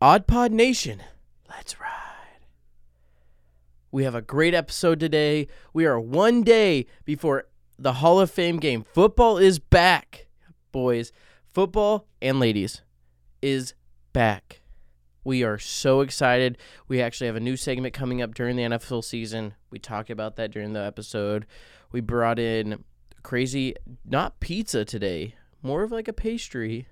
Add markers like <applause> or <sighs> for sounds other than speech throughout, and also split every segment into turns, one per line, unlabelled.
Odd Pod Nation, let's ride. We have a great episode today. We are one day before the Hall of Fame game. Football is back, boys. Football and ladies is back. We are so excited. We actually have a new segment coming up during the NFL season. We talked about that during the episode. We brought in crazy, not pizza today, more of like a pastry.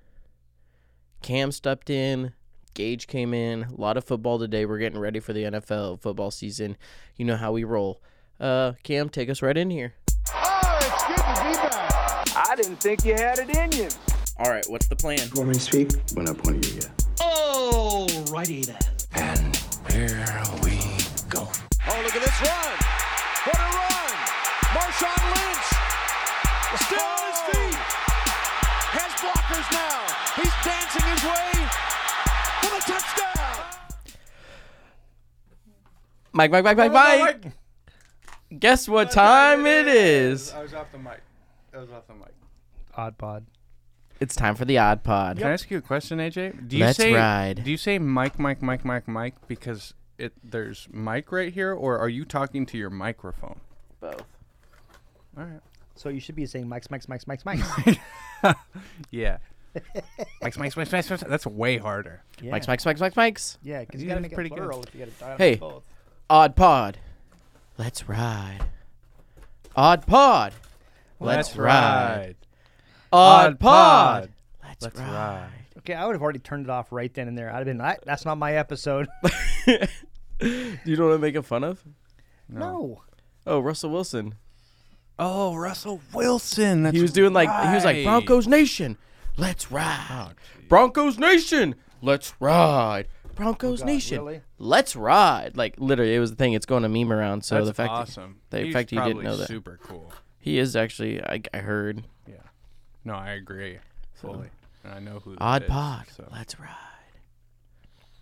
Cam stepped in. Gage came in. A lot of football today. We're getting ready for the NFL football season. You know how we roll. Uh, Cam, take us right in here.
Oh, it's good to be back. I didn't think you had it in you.
All right, what's the plan?
Want me to speak?
When I point at you, yeah.
Alrighty then.
And here we go.
Oh, look at this run. What a run. Marshawn Lynch. Still on his feet. Has blockers now. He's dancing his way for the touchdown.
Mike, Mike, Mike, Mike, Mike. Guess what time it is?
I was off the mic. I was off the mic.
Odd pod.
It's time for the Odd Pod.
Can I ask you a question, AJ? Do you
Let's
say
ride.
do you say Mike, Mike, Mike, Mike, Mike because it there's Mike right here, or are you talking to your microphone?
Both.
All right.
So you should be saying Mike's, Mike's, Mike's, Mike's, Mike's.
<laughs> Yeah. <laughs> Mike's, Mike's, Mike's, Mike's, Mike's. That's way harder.
yeah.
Mike's, Mike's, Mike's, Mike's, Mike's.
Yeah, because you
Yeah,
gotta
it's
make it
pretty good.
plural if you gotta die
Hey.
both.
Odd Pod. Let's ride. Odd Pod. Let's ride. Odd Pod. Let's,
Let's
ride.
ride.
Okay, I would have already turned it off right then and there. I'd have been, "I- that's not my episode. <laughs>
You don't want to make it fun of?
no.
Oh, Russell Wilson.
Oh, Russell Wilson. That's
He was doing like he was like
right. Oh,
Broncos Nation, let's ride. Broncos Nation, let's ride. Broncos
Oh,
God,
Nation,
really?
let's ride. Like literally, it was the thing. It's going a meme around. So
That's
the fact
awesome.
that, the
He's
fact you didn't
probably
know that
Super cool.
he is actually I, I heard
Yeah. No, I agree fully. And I know who. that
Odd
is,
Pod,
so.
let's ride.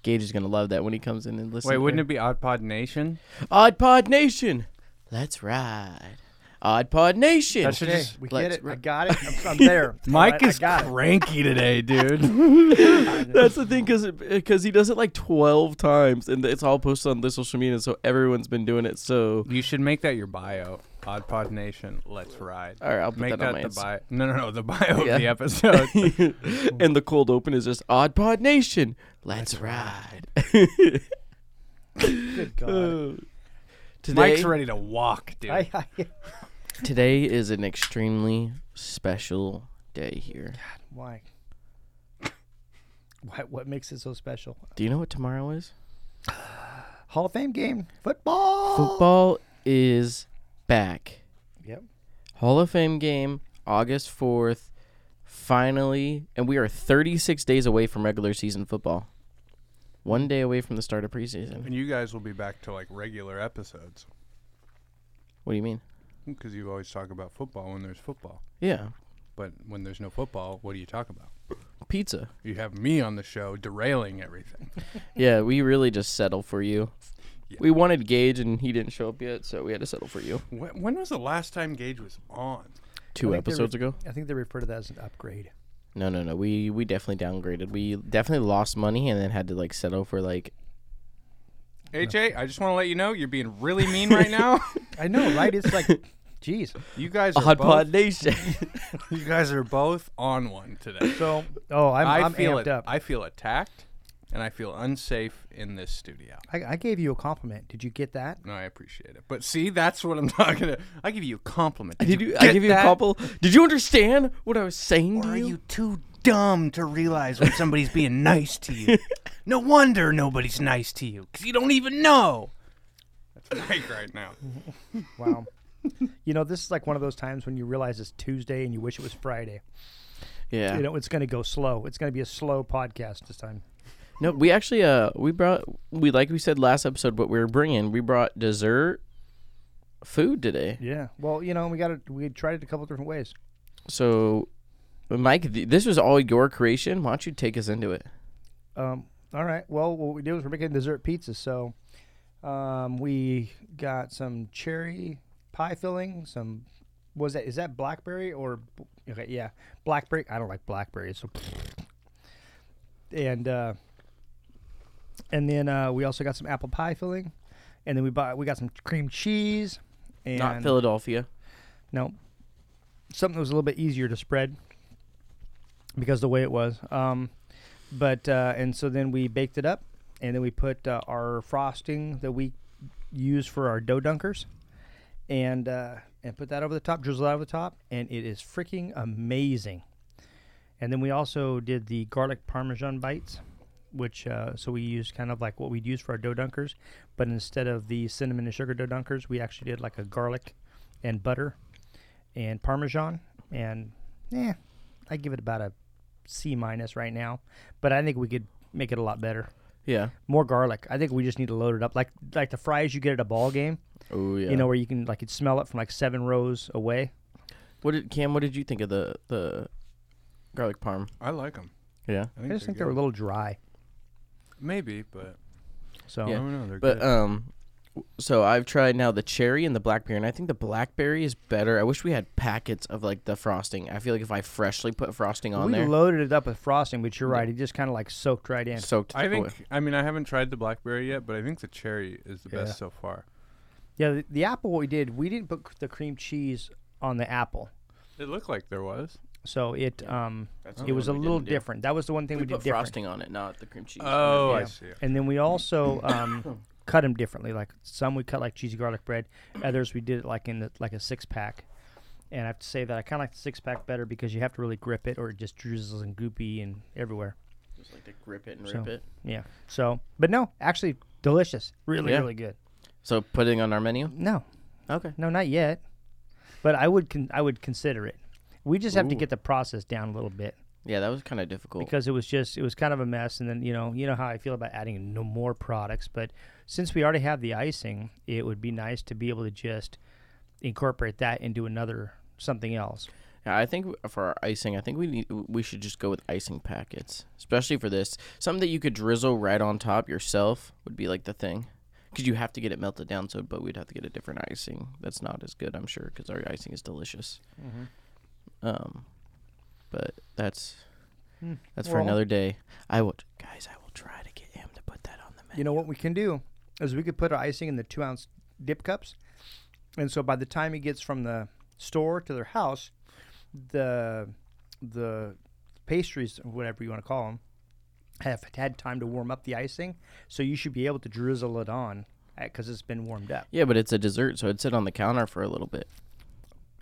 Gage is gonna love that when he comes in and listens.
Wait, wouldn't it be Odd Pod Nation?
Odd Pod Nation, let's ride. Odd Pod Nation.
That should
Okay,
just-
we
let's
get it. I
ri-
got it.
<laughs>
I'm, I'm there.
Mike
Alright, I
is
got it.
cranky today, dude.
That's the thing, because because he does it like twelve times, and it's all posted on the social media, so everyone's been doing it. So <laughs>
You should make that your bio. Odd Pod Nation, let's ride.
All right, I'll put
make
that on my
the
Insta.
bio. No, no, no, the bio
Yeah.
of
<laughs>
the episode.
and the cold open is just Odd Pod Nation. Let's ride. <laughs>
Good God.
today,
Mike's ready to walk, dude.
<laughs> I, I,
today is an extremely special day here.
why? why? What makes it so special?
Do you know what tomorrow is?
Hall of Fame game. Football.
Football is back.
Yep.
Hall of Fame game, August fourth. Finally, and we are 36 days away from regular season football. One day away from the start of preseason.
and you guys will be back to like regular episodes
What do you mean?
because you always talk about football when there's football.
Yeah,
But when there's no football, what do you talk about?
pizza.
You have me on the show derailing everything. <laughs>
Yeah, we really just settle for you.
Yeah.
We wanted Gage and he didn't show up yet, so we had to settle for you.
when, when was the last time Gage was on?
Two
I think they
episodes
re-
ago?
I think they refer to that as an upgrade.
No, no, no. We we definitely downgraded. We definitely lost money and then had to like settle for like
AJ, I just want to let you know you're being really mean
<laughs>
right now.
I know, right? It's like, geez.
You guys are both, <laughs>
Nation.
You guys are both on one
<laughs>
today.
So, oh, I'm,
I
am
feel
amped
it.
up.
I feel attacked, and I feel unsafe in this studio.
I, I gave you a compliment. Did you get that?
No, I appreciate it, but see, that's what I'm <laughs> talking about. I give you a compliment.
Did you, I
get
give you a
that?
couple? Did you understand what I was saying
Or
to
are
you?
you too dumb to realize when somebody's being <laughs> nice to you? No wonder nobody's nice to you, because you don't even know. That's Mike right now.
Wow. <laughs> you know, this is like one of those times when you realize it's Tuesday and you wish it was Friday.
Yeah.
You know, it's going to go slow. It's going to be a slow podcast this time.
No, we actually uh we brought we like we said last episode what we were bringing. We brought dessert food today.
Yeah. Well, you know, we got to we tried it a couple different ways.
So Mike, th- this was all your creation. Why don't you take us into it?
Um, all right. Well, what we do is we're making dessert pizza. So, um, we got some cherry pie filling. Some was that is that blackberry or okay? Yeah, blackberry. I don't like blackberry. So, and uh, and then uh, we also got some apple pie filling, and then we bought we got some cream cheese. And
Not Philadelphia.
No, something that was a little bit easier to spread because the way it was. Um, but uh, and so then we baked it up, and then we put uh, our frosting that we use for our dough dunkers, and uh, and put that over the top, drizzle that over the top, and it is freaking amazing. And then we also did the garlic parmesan bites, which uh, so we used kind of like what we'd use for our dough dunkers, but instead of the cinnamon and sugar dough dunkers, we actually did like a garlic and butter and parmesan. And yeah, I give it about a C minus right now, but I think we could make it a lot better.
Yeah.
More garlic. I think we just need to load it up, like like the fries you get at a ball game.
Oh yeah.
You know where you can like you smell it from like seven rows away.
what did Cam? What did you think of the the garlic parm?
I like them.
Yeah.
I just think they're a little dry.
Maybe, but
So
I
Yeah.
don't know. They're
But
good.
uh,
um, w- so I've tried now the cherry and the blackberry, and I think the blackberry is better. I wish we had packets of like the frosting. I feel like if I freshly put frosting on
we
there,
loaded it up with frosting, but you're right. It just kind of like soaked right in.
soaked.
I think.
away.
I mean, I haven't tried the blackberry yet, but I think the cherry is the
Yeah.
best so far.
Yeah, the, the apple. What we did, we didn't put c- the cream cheese on the apple,
It looked like there was.
so it um
the
it was a
one we
little
didn't do.
different. That was the one thing
we,
we, did
put
different.
frosting on it, not the cream cheese.
Oh, I
Yeah.
see.
And then we also um <coughs> cut them differently. Like some we cut like cheesy garlic bread, others we did it like in the, like a six pack. And I have to say that I kind of like the six pack better because you have to really grip it, or it just drizzles and goopy and everywhere.
Just like to grip it and
So-
rip it.
Yeah. So, but no, actually delicious. Really,
Yeah.
really good.
So putting on our menu.
No,
Okay.
no, not yet. But I would con- I would consider it. We just have to get the process down a little bit
Yeah, that was kind of difficult.
because it was just it was kind of a mess. And then you know you know how I feel about adding no more products, but since we already have the icing, it would be nice to be able to just incorporate that into another something else.
Yeah, I think w- for our icing, I think we need we should just go with icing packets, especially for this. Something that you could drizzle right on top yourself would be like the thing, because you have to get it melted down. So, but we'd have to get a different icing. That's not as good, I'm sure, because our icing is delicious.
Mm-hmm.
Um, but that's that's for
Hmm. Well-
another day. I will, guys. I will try to get him to put that on the menu.
You know what we can do is we could put our icing in the two ounce dip cups, and so by the time it gets from the store to their house, the the pastries, or whatever you want to call them, have had time to warm up the icing. So you should be able to drizzle it on because it's been warmed up
Yeah, but it's a dessert, so it'd sit on the counter for a little bit.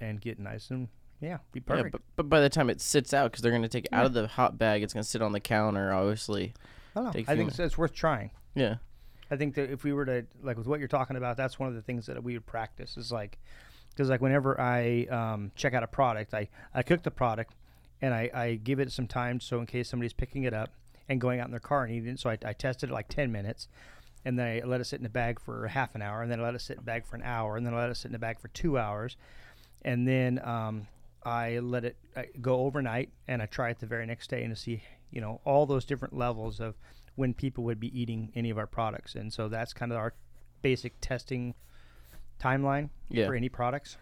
and get nice and yeah, be
Yeah,
perfect.
but, but by the time it sits out, because they're gonna take it out of the hot bag, it's gonna sit on the counter, obviously.
I, don't know.
takes
I
a
think
minute.
it's, it's worth trying.
Yeah.
I think that if we were to like with what you're talking about, that's one of the things that we would practice is like because like whenever I um, check out a product, I I cook the product and I, I give it some time so in case somebody's picking it up and going out in their car and eating it. So I, I tested it like ten minutes. And then I let it sit in the bag for half an hour, and then I let it sit in the bag for an hour, and then I let it sit in the bag for two hours, and then um, I let it uh, go overnight, and I try it the very next day, and to see you know all those different levels of when people would be eating any of our products, and so that's kind of our basic testing timeline
Yeah.
for any products.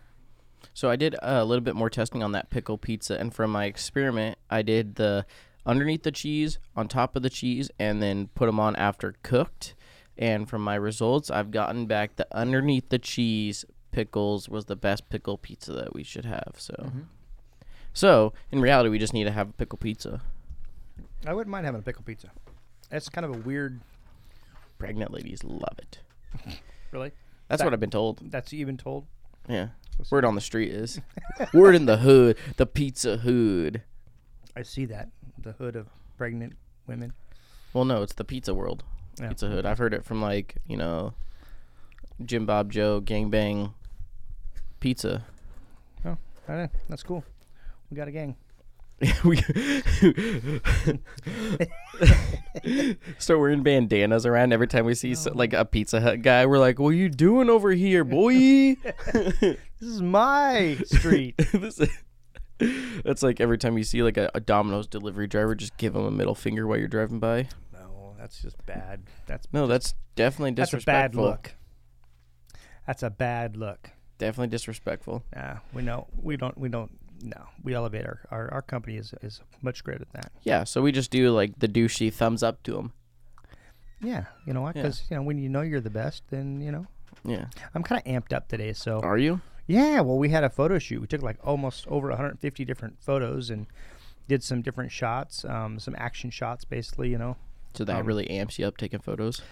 So I did a little bit more testing on that pickle pizza, and from my experiment, I did the underneath the cheese, on top of the cheese, and then put them on after cooked. And from my results, I've gotten back the underneath the cheese pickles was the best pickle pizza that we should have. So, so in reality, we just need to have a pickle pizza.
I wouldn't mind having a pickle pizza. That's kind of a weird,
Pregnant ladies love it.
really.
That's what I've been told.
That's even told.
Yeah, word on the street is word in the hood, the pizza hood.
I see that the hood of pregnant women.
Well, no, it's the pizza world.
Yeah.
Pizza Hood. I've heard it from like you know, Jim Bob Joe Gangbang Pizza. <laughs>
Oh, I know. that's cool. We got a gang.
We- <laughs> so we're in bandanas around every time we see so- like a Pizza Hut guy. We're like, "What you doing over here, boy?" <laughs>
This is <laughs> my street.
This is- <laughs> That's like every time you see like a, a Domino's delivery driver, just give him a middle finger while you're driving by.
<laughs> no, that's just bad. That's
No, that's definitely
that's a bad
disrespectful.
look. That's a bad look.
Definitely disrespectful.
Nah, we know we don't we don't no. We elevate our our, our company is is much greater than that.
Yeah, so we just do like the douchey thumbs up to him.
Yeah, you know what?
Yeah.
Because you know when you know you're the best, then you know.
Yeah.
I'm kind of amped up today, so
Are you?
yeah. Well, we had a photo shoot. We took like almost over 150 different photos and did some different shots, um, some action shots, basically. You know,
So that really amps you up taking photos.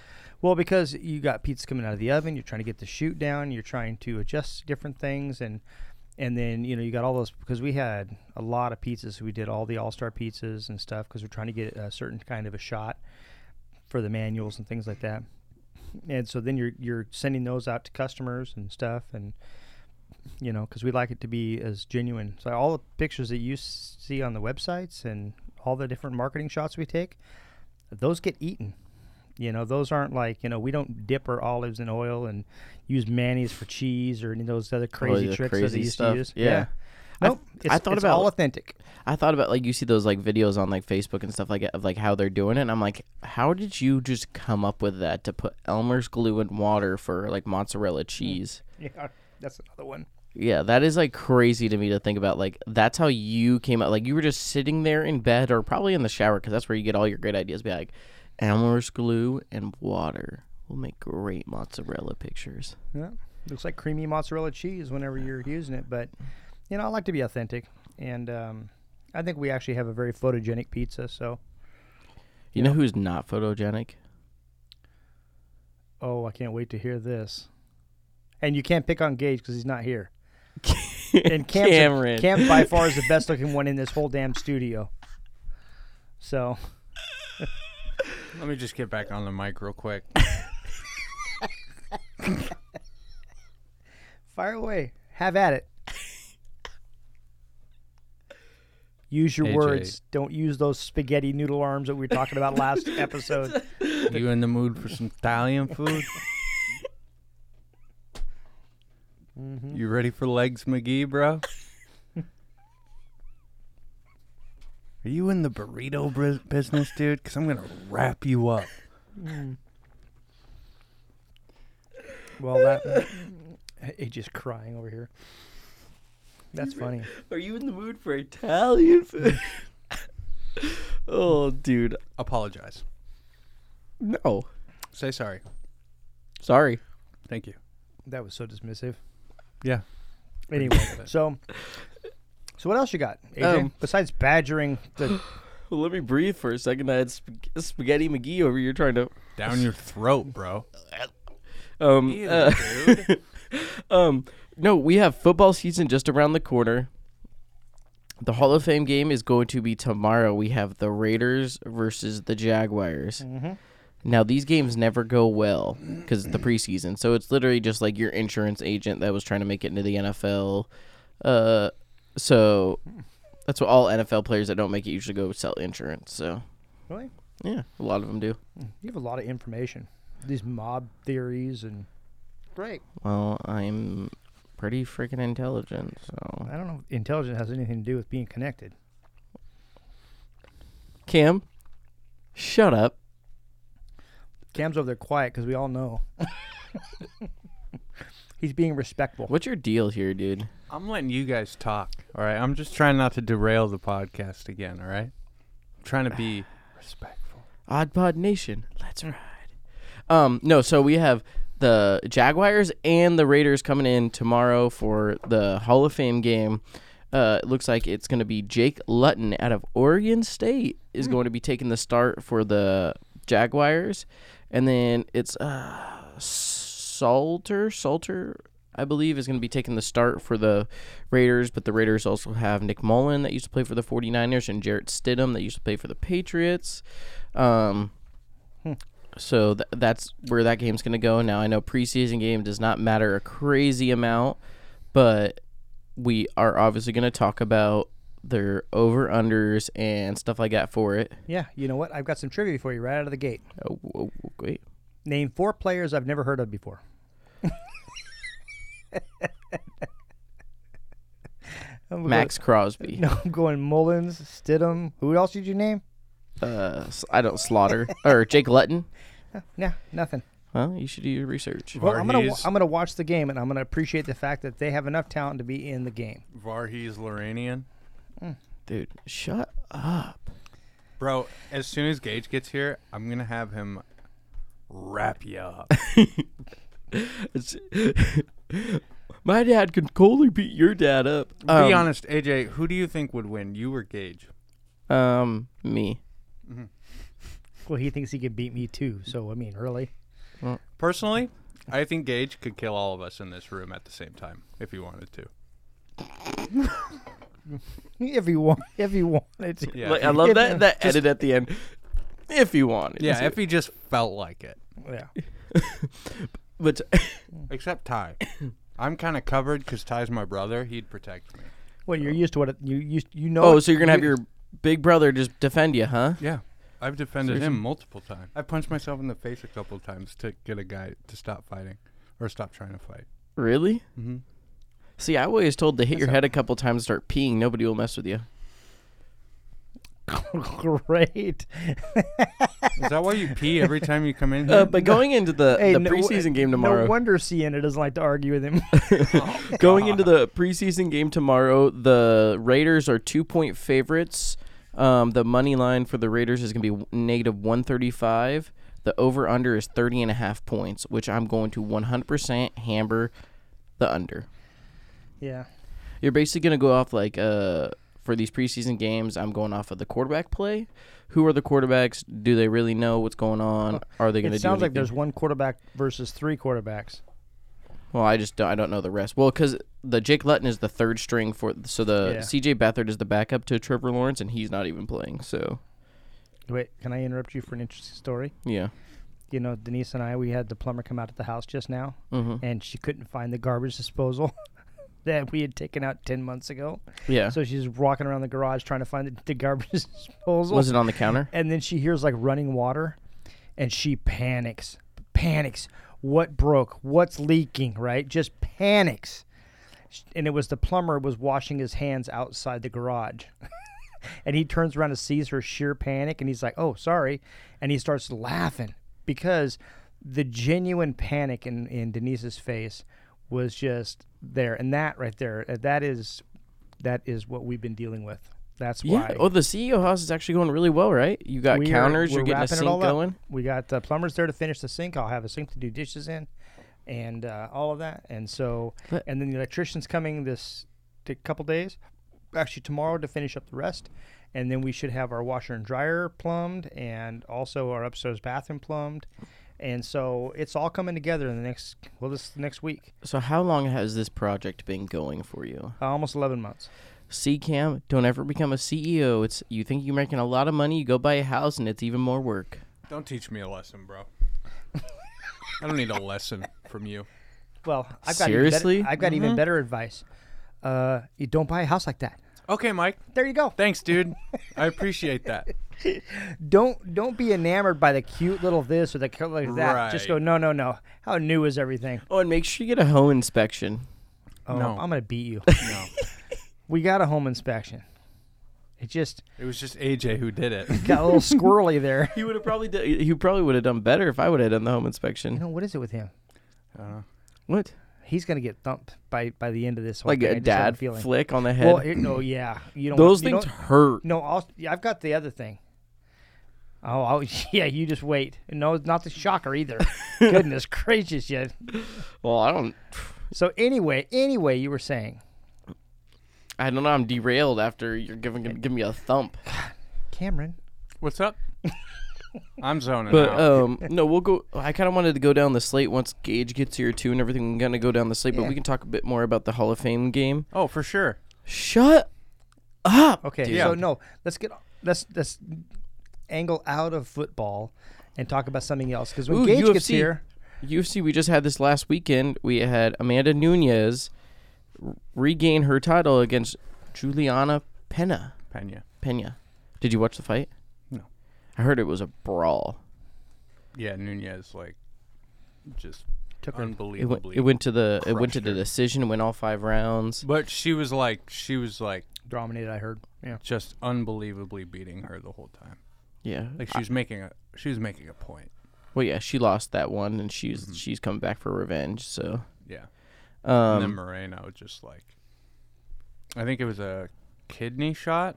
Well, because you got pizza coming out of the oven, you're trying to get the shoot down, you're trying to adjust different things, and and then you know you got all those because we had a lot of pizzas. We did all the all star pizzas and stuff because we're trying to get a certain kind of a shot for the manuals and things like that. And so then you're you're sending those out to customers and stuff, and you know because we like it to be as genuine. So all the pictures that you s- see on the websites and all the different marketing shots we take, those get eaten. You know, those aren't like you know we don't dip our olives in oil and use mayonnaise for cheese or any of those other crazy
Oh, the
tricks that
crazy
they used
stuff.
to use.
Yeah. I-
Nope, it's,
I thought
it's
about-
all authentic. <laughs>
I thought about like you see those like videos on like Facebook and stuff like of like how they're doing it. And I'm like, how did you just come up with that to put Elmer's glue and water for like mozzarella cheese?
Yeah, that's another one.
Yeah, that is like crazy to me to think about. Like that's how you came up. Like you were just sitting there in bed or probably in the shower because that's where you get all your great ideas. Be like, Elmer's glue and water will make great mozzarella pictures.
Yeah, looks like creamy mozzarella cheese whenever you're using it. But you know, I like to be authentic, and um, I think we actually have a very photogenic pizza. So,
You know who's not photogenic?
oh, I can't wait to hear this. And you can't pick on Gage because he's not here. and Camp's a-
Cameron.
Camp by far is the best looking one in this whole damn studio. So
Let me just get back on the mic real quick.
fire away, have at it. Use your
AJ.
words. Don't use those spaghetti noodle arms that we were talking about last episode.
you in the mood for some Italian food? You ready for legs, McGee, bro? <laughs>
Are you in the burrito bris- business, dude? Because I'm gonna wrap you up.
Well, that AJ's crying over here. That's funny.
Are you in the mood for Italian food? <laughs> oh, dude.
Apologize.
No.
Say sorry.
Sorry.
Thank you.
That was so dismissive.
Yeah.
Anyway, so so what else you got, AJ?
Um,
Besides badgering the
Well, let me breathe for a second. I had spag- spaghetti McGee over here trying to.
Down your throat, bro.
Um, uh, um, no, we have football season just around the corner. The Hall of Fame game is going to be tomorrow. We have the Raiders versus the Jaguars. Now these games never go well because it's the preseason, so it's literally just like your insurance agent that was trying to make it into the NFL. Uh, so that's what all NFL players that don't make it usually go sell insurance. So
Really?
yeah, a lot of them do.
You have a lot of information. These mob theories and great.
Well, I'm pretty freaking intelligent, so
I don't know if intelligence has anything to do with being connected.
Cam, shut up.
Cam's over there quiet because we all know. <laughs> He's being respectful.
What's your deal here, dude?
<laughs> I'm letting you guys talk. All right. I'm just trying not to derail the podcast again. All right. I'm trying to be <sighs> respectful.
Odd Pod Nation, let's ride. Um, no, so we have the Jaguars and the Raiders coming in tomorrow for the Hall of Fame game. Uh, it looks like it's going to be Jake Lutton out of Oregon State is going to be taking the start for the Jaguars, and then it's uh, Salter Salter. I believe is going to be taking the start for the Raiders, but the Raiders also have Nick Mullen that used to play for the 49ers and Jarrett Stidham that used to play for the Patriots. Um, so th- that's where that game's going to go. Now I know preseason game does not matter a crazy amount, but we are obviously going to talk about their over unders and stuff like that for it.
Yeah, you know what? I've got some trivia for you right out of the gate.
Oh, oh, oh, wait,
Name four players I've never heard of before. <laughs> I'm
Max Crosby.
Going, <laughs> no, I'm going Mullins, Stidham. Who else did you name?
Uh, s- I don't <laughs> slaughter or Jake Lutton.
Nah, nothing.
Well, you should do your research.
Well, I'm gonna wa-
Varhees.
I'm gonna watch the game and I'm gonna appreciate the fact that they have enough talent to be in the game.
Varhees Loranian.
Dude, shut up.
Bro, as soon as Gage gets here, I'm gonna have him wrap
<laughs>
you up.
It's- <laughs> My dad could totally beat your dad up. Um,
Be honest, AJ. Who do you think would win, you or Gage?
Um, me.
Well, he thinks he could beat me too. So I mean, really, <laughs>
Personally, I think Gage could kill all of us in this room at the same time if he wanted to.
if he want, if he wanted to.
Yeah.
<laughs>
Like, um,
if
I love
he-
that that edit at the end. If you want, it.
yeah, if he just felt like it.
Yeah.
but <laughs> Mm. <coughs>
Except Ty. I'm kind of covered because Ty's my brother. He'd protect me.
Well, you're used to what it, you used. You know.
oh,
it-
so you're gonna have
you-
your big brother just defend you, huh?
Yeah. I've defended him multiple times. I punched myself in the face a couple of times to get a guy to stop fighting or stop trying to fight.
Really? Mm-hmm. See, I was told to hit your head a couple times, start peeing. Nobody will mess with you.
<laughs> great.
Is that why you
<laughs>
pee every time you come in here?
Uh, but going into the,
Hey,
the
no-
preseason game tomorrow,
No wonder Sienna doesn't like to argue with him.
<laughs> going into the preseason game tomorrow, the Raiders are two point favorites. Um, the money line for the Raiders is going to be negative 135. The over under is 30 and a half points, which I'm going to 100% hammer the under.
yeah.
You're basically going to go off like uh, for these preseason games, I'm going off of the quarterback play. Who are the quarterbacks? Do they really know what's going on? Are they going to
Uh,
do
It sounds like
anything?
there's one quarterback versus three quarterbacks.
Well, I just don't, I don't know the rest. Well, because the Jake Lutton is the third string for so the
Yeah.
C.J. Beathard is the backup to Trevor Lawrence, and he's not even playing. So
Wait, can I interrupt you for an interesting story?
yeah,
You know, Denise and I, we had the plumber come out to the house just now,
Mm-hmm.
and she couldn't find the garbage disposal <laughs> that we had taken out 10 months ago.
yeah.
So she's walking around the garage trying to find the, the garbage <laughs> disposal.
was it on the counter?
and then she hears like running water and she panics panics what broke what's leaking right just panics Sh- and it was the plumber was washing his hands outside the garage <laughs> and he turns around and sees her sheer panic and he's like oh sorry and he starts laughing because the genuine panic in, in denise's face was just there and that right there uh, that is that is what we've been dealing with that's why
Yeah. Oh, the CEO house is actually going really well, right? You got
we are-
counters.
we're
you're getting a
wrapping it
sink
all up.
going.
We got uh, plumbers there to finish the sink. I'll have a sink to do dishes in, and uh, all of that. And so,
But-
and then the electrician's coming this t- couple days, actually tomorrow to finish up the rest. And then we should have our washer and dryer plumbed, and also our upstairs bathroom plumbed. And so it's all coming together in the next well this next week,
So how long has this project been going for you?
uh, almost eleven months.
C Cam, don't ever become a CEO. It's you think you're making a lot of money, you go buy a house, and it's even more work.
Don't teach me a lesson, bro. I don't need a lesson from you.
Well, I've got even better-
Seriously? Mm-hmm.
I've got even better advice. Uh, you don't buy a house like that.
Okay, Mike.
There you go.
Thanks, dude. I appreciate that.
don't don't be enamored by the cute little this or the cute little that. Just go,
Right.
no, no, no. How new is everything?
Oh, and make sure you get a home inspection.
Oh,
No.
I'm gonna beat you.
No.
<laughs> we got a home inspection. It just
It was just AJ who did <laughs> it.
got a little squirrely there.
<laughs>
<laughs>
He would have probably d- he probably would have done better if I would have done the home inspection.
You know what is it with him?
Uh,
What?
He's gonna get thumped by by the end of this. Whole
like
thing. I
a
just have
dad
feeling.
flick on the head.
Well, it, oh yeah. You don't.
Those
you
things
don't-
hurt.
No, I'll, yeah, I've got the other thing. Oh, I'll, <laughs> yeah. You just wait. No, it's not the
<laughs>
shocker either. Goodness gracious, yeah.
Well, I don't.
So anyway, anyway, you were saying.
I don't know. I'm derailed after you're giving giving me a thump.
Cameron,
What's up? I'm zoning
But
out.
um, no, we'll go. I kind of wanted to go down the slate once Gage gets here too and everything. I'm gonna go down the slate, but we can talk a bit more about the Hall of Fame game.
oh, for sure.
Shut up.
Okay,
dude.
so no, let's get let's let's angle out of football and talk about something else because when
Ooh,
Gage gets
UFC.
here,
UFC. We just had this last weekend. We had Amanda Nunez r- regain her title against Juliana Pena.
Pena.
Pena. Did you watch the fight?
No.
I heard it was a brawl.
Yeah, Nunez like just
Took her-
It went,
unbelievably.
it went to the it went to
crushed
the
her.
decision, went all five rounds.
But she was like, she was like
dominated. I heard. Yeah.
just unbelievably beating her the whole time.
Yeah.
Like she was making a, she was making a point.
Well, yeah, she lost that one, and she's
Mm-hmm.
she's coming back for revenge. So
Yeah. and then
um,
Moreno just like, I think it was a kidney shot.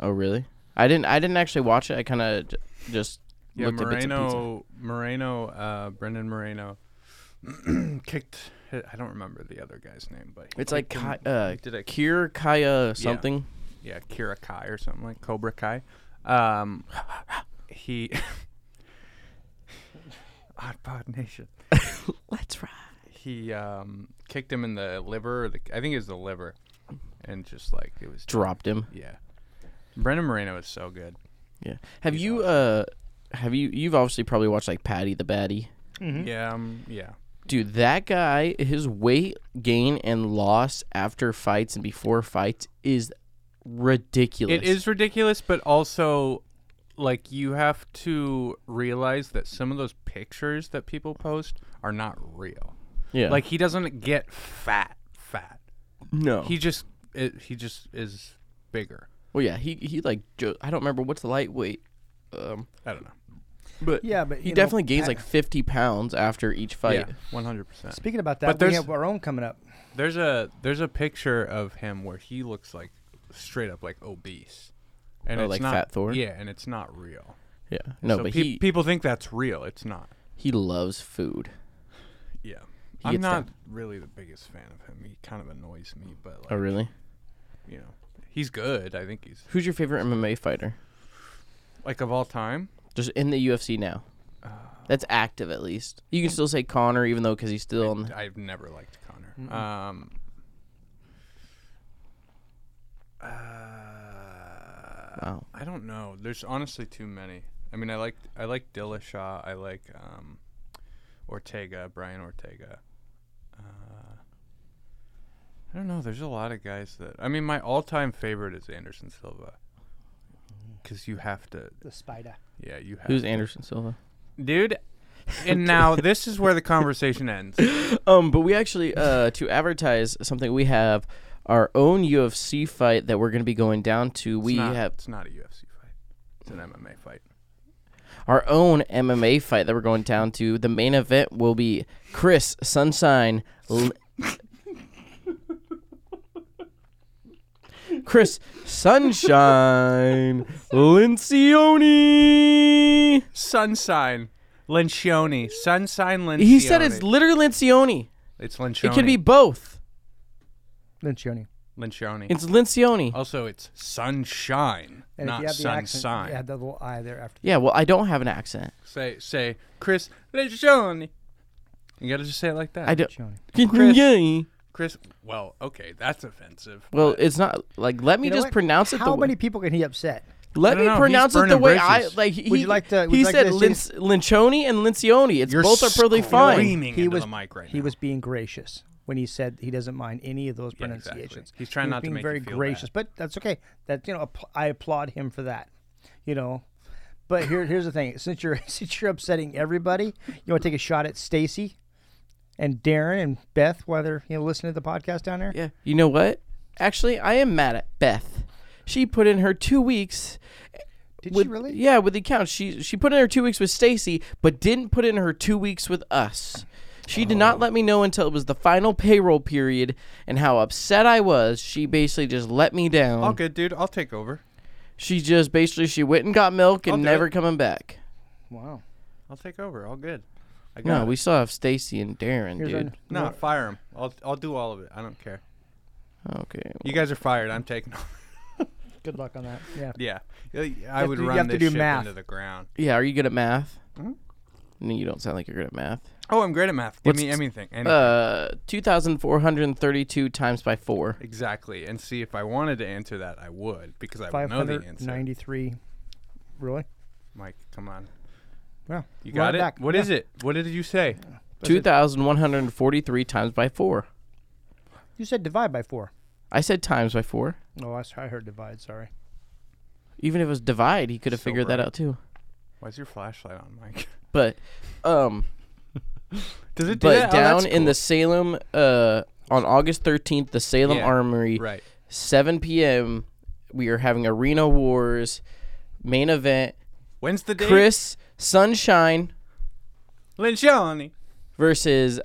oh really? I didn't I didn't actually watch it. I kind of just
Yeah,
looked at bits of pizza.
Moreno, Moreno, uh, Brendan Moreno <clears throat> kicked. I don't remember the other guy's name, but he
It's like
kicked him-
Ki- uh,
he did a
Kier Kaya something.
yeah, Kira Kai or something like Cobra Kai. Um, he <laughs> Odd Pod Nation.
Let's ride.
He um, kicked him in the liver. Or the, I think it was the liver, and just like it was
Dropped him.
yeah. Brendan Moreno is so good.
Yeah. Have you uh have you you've obviously probably watched like Patty the Batty. Mm-hmm.
Yeah, um, yeah.
Dude, that guy, his weight gain and loss after fights and before fights is ridiculous.
It is ridiculous, but also like you have to realize that some of those pictures that people post are not real.
Yeah.
Like he doesn't get fat, fat.
no.
He just it, he just is bigger.
well, yeah. He he like jo- I don't remember what's the lightweight. Um,
I don't know.
but
Yeah, but,
he
you know,
definitely gains
Pat-
like fifty pounds after each fight.
Yeah, one hundred percent.
Speaking about
But
that, we
there's-
have our own coming up.
There's a there's a picture of him where he looks like straight up like obese, and
Oh,
it's
like
not,
Fat Thor?
Yeah, and it's not real.
Yeah. No,
so
but
pe-
he
people think that's real. It's not.
he loves food.
Yeah.
He
I'm
gets
not
that.
really the biggest fan of him. He kind of annoys me, but like,
Oh, really?
you know, he's good. I think he's
Who's your favorite MMA fighter?
like of all time.
Just in the UFC now.
Uh,
That's active at least. You can still say Connor, even though because he's still on. The,
I've never liked Connor. Um, Um,
wow.
I don't know. There's honestly too many. I mean, I like I like Dillashaw. I like um, Ortega, Brian Ortega. Uh, I don't know. There's a lot of guys that. I mean, my all-time favorite is Anderson Silva. Because you have to,
The spider.
yeah, you have.
Mm. Who's
to-
Anderson Silva?
dude? And
<laughs>
now this is where the conversation ends.
Um, but we actually <laughs> uh to advertise something we have our own UFC fight that we're going to be going down to. we
it's not,
have
It's not a UFC fight. It's an MMA fight.
our own MMA fight that we're going down to. The main event will be Chris Sunshine. L- Chris Sunshine Lencioni.
Sunshine. Lencioni. Sunshine Lencioni.
He said it's literally Lencioni.
it's Lencioni.
It can be both.
Lencioni.
Lencioni.
It's Lencioni.
also, it's sunshine,
And if you
not
have the accent,
sunshine.
you have the little eye there after.
Yeah, well, I don't have an accent.
Say say Chris Lencioni. You gotta just say it like that.
I don't.
Lencioni.
Chris.
Chris. Well, okay, that's offensive.
Well, it's not like let me
You know
just
what?
pronounce it
How
the
many
way.
people can he upset?
Let
don't
me
know, he's
pronounce it the
burning
way I
bridges.
like. He,
Would you like to- would
he
you like
said
to
Linc- Lincioni and Lincioni. It's
You're
both are perfectly fine.
screaming
He
into
was-
the mic right
He
now.
was being gracious when he said he doesn't mind any of those
Yeah, exactly.
pronunciations.
He's trying
He was
not to
being
make you
very
feel bad.
gracious, but that's okay. That you know, app- I applaud him for that. You know, but here, here's the thing: since you're <laughs> since you're upsetting everybody, you want to take a shot at Stacy and Darren and Beth, whether you know, listening to the podcast down there.
Yeah. You know what? Actually, I am mad at Beth. She put in her two weeks.
Did
With,
she really?
Yeah, with the account. She she put in her two weeks with Stacy, but didn't put in her two weeks with us. She did
Oh.
not let me know until it was the final payroll period and how upset I was. She basically just let me down.
All good, dude. I'll take over.
She just basically she went and got milk
I'll
and
do
never
it.
coming back.
Wow.
I'll take over. All good. I got
No,
it.
we still have Stacy and Darren,
Here's
dude.
No, fire him. I'll I'll do all of it. I don't care.
Okay.
You guys are fired. I'm taking <laughs> over.
an- good luck on that.
<laughs>
Yeah.
Yeah, I
have
would
to- you
run
have to
this
do
ship
math.
into the ground.
Yeah, are you good at math?
Hmm?
No, you don't sound like you're good at math.
Oh, I'm great at math. Give
What's-
me anything, anything.
Uh, two thousand four hundred thirty-two times by four.
exactly. And see if I wanted to answer that, I would because I would
Five
know the
hundred
answer.
ninety-three. Really?
Mike, come on,
Yeah.
you
Run
got it.
Back.
What is it? What did you say?
Two thousand one hundred forty-three times by four.
You said divide by four.
I said times by four.
Oh, I, s- I heard divide. Sorry.
Even if it was divide, he could have
So
figured that
right.
out too.
Why's your flashlight on, Mike?
But, um,
<laughs> Does it do
but
that? Oh,
down
that's
in the
cool.
Salem, uh, on August thirteenth, the Salem
Yeah,
Armory,
right?
7 p.m. We are having Arena Wars main event.
When's the day?
Chris Sunshine
Lencioni.
versus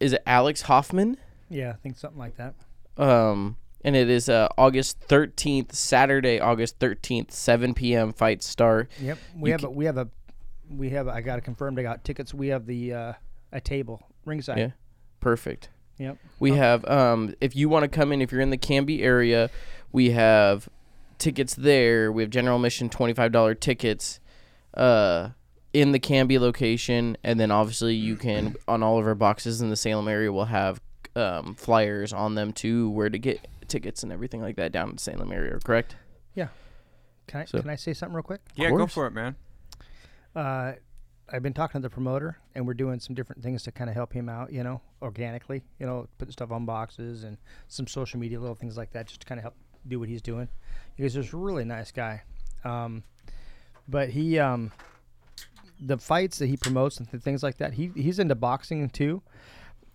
is it Alex Hoffman?
Yeah, I think something like that.
Um, and it is uh, August 13th, Saturday, August 13th, 7 p.m. Fight start.
Yep. We have a, we have a we have. I got it confirmed. I got tickets. We have the uh, a table ringside.
Yeah. Perfect.
Yep.
We have um if you want to come in if you're in the Canby area, we have tickets there. We have general admission $25 tickets uh in the Canby location and then obviously you can on all of our boxes in the Salem area we'll have um, flyers on them too where to get tickets and everything like that down in the Salem area, correct?
Can I
So-
can I say something real quick?
Yeah, go
course.
for it, man.
Uh, I've been talking to the promoter, and we're doing some different things to kind of help him out. You know, organically. You know, putting stuff on boxes and some social media, little things like that, just to kind of help do what he's doing. Because he's a really nice guy. Um, but he um, the fights that he promotes and th- things like that. He he's into boxing too.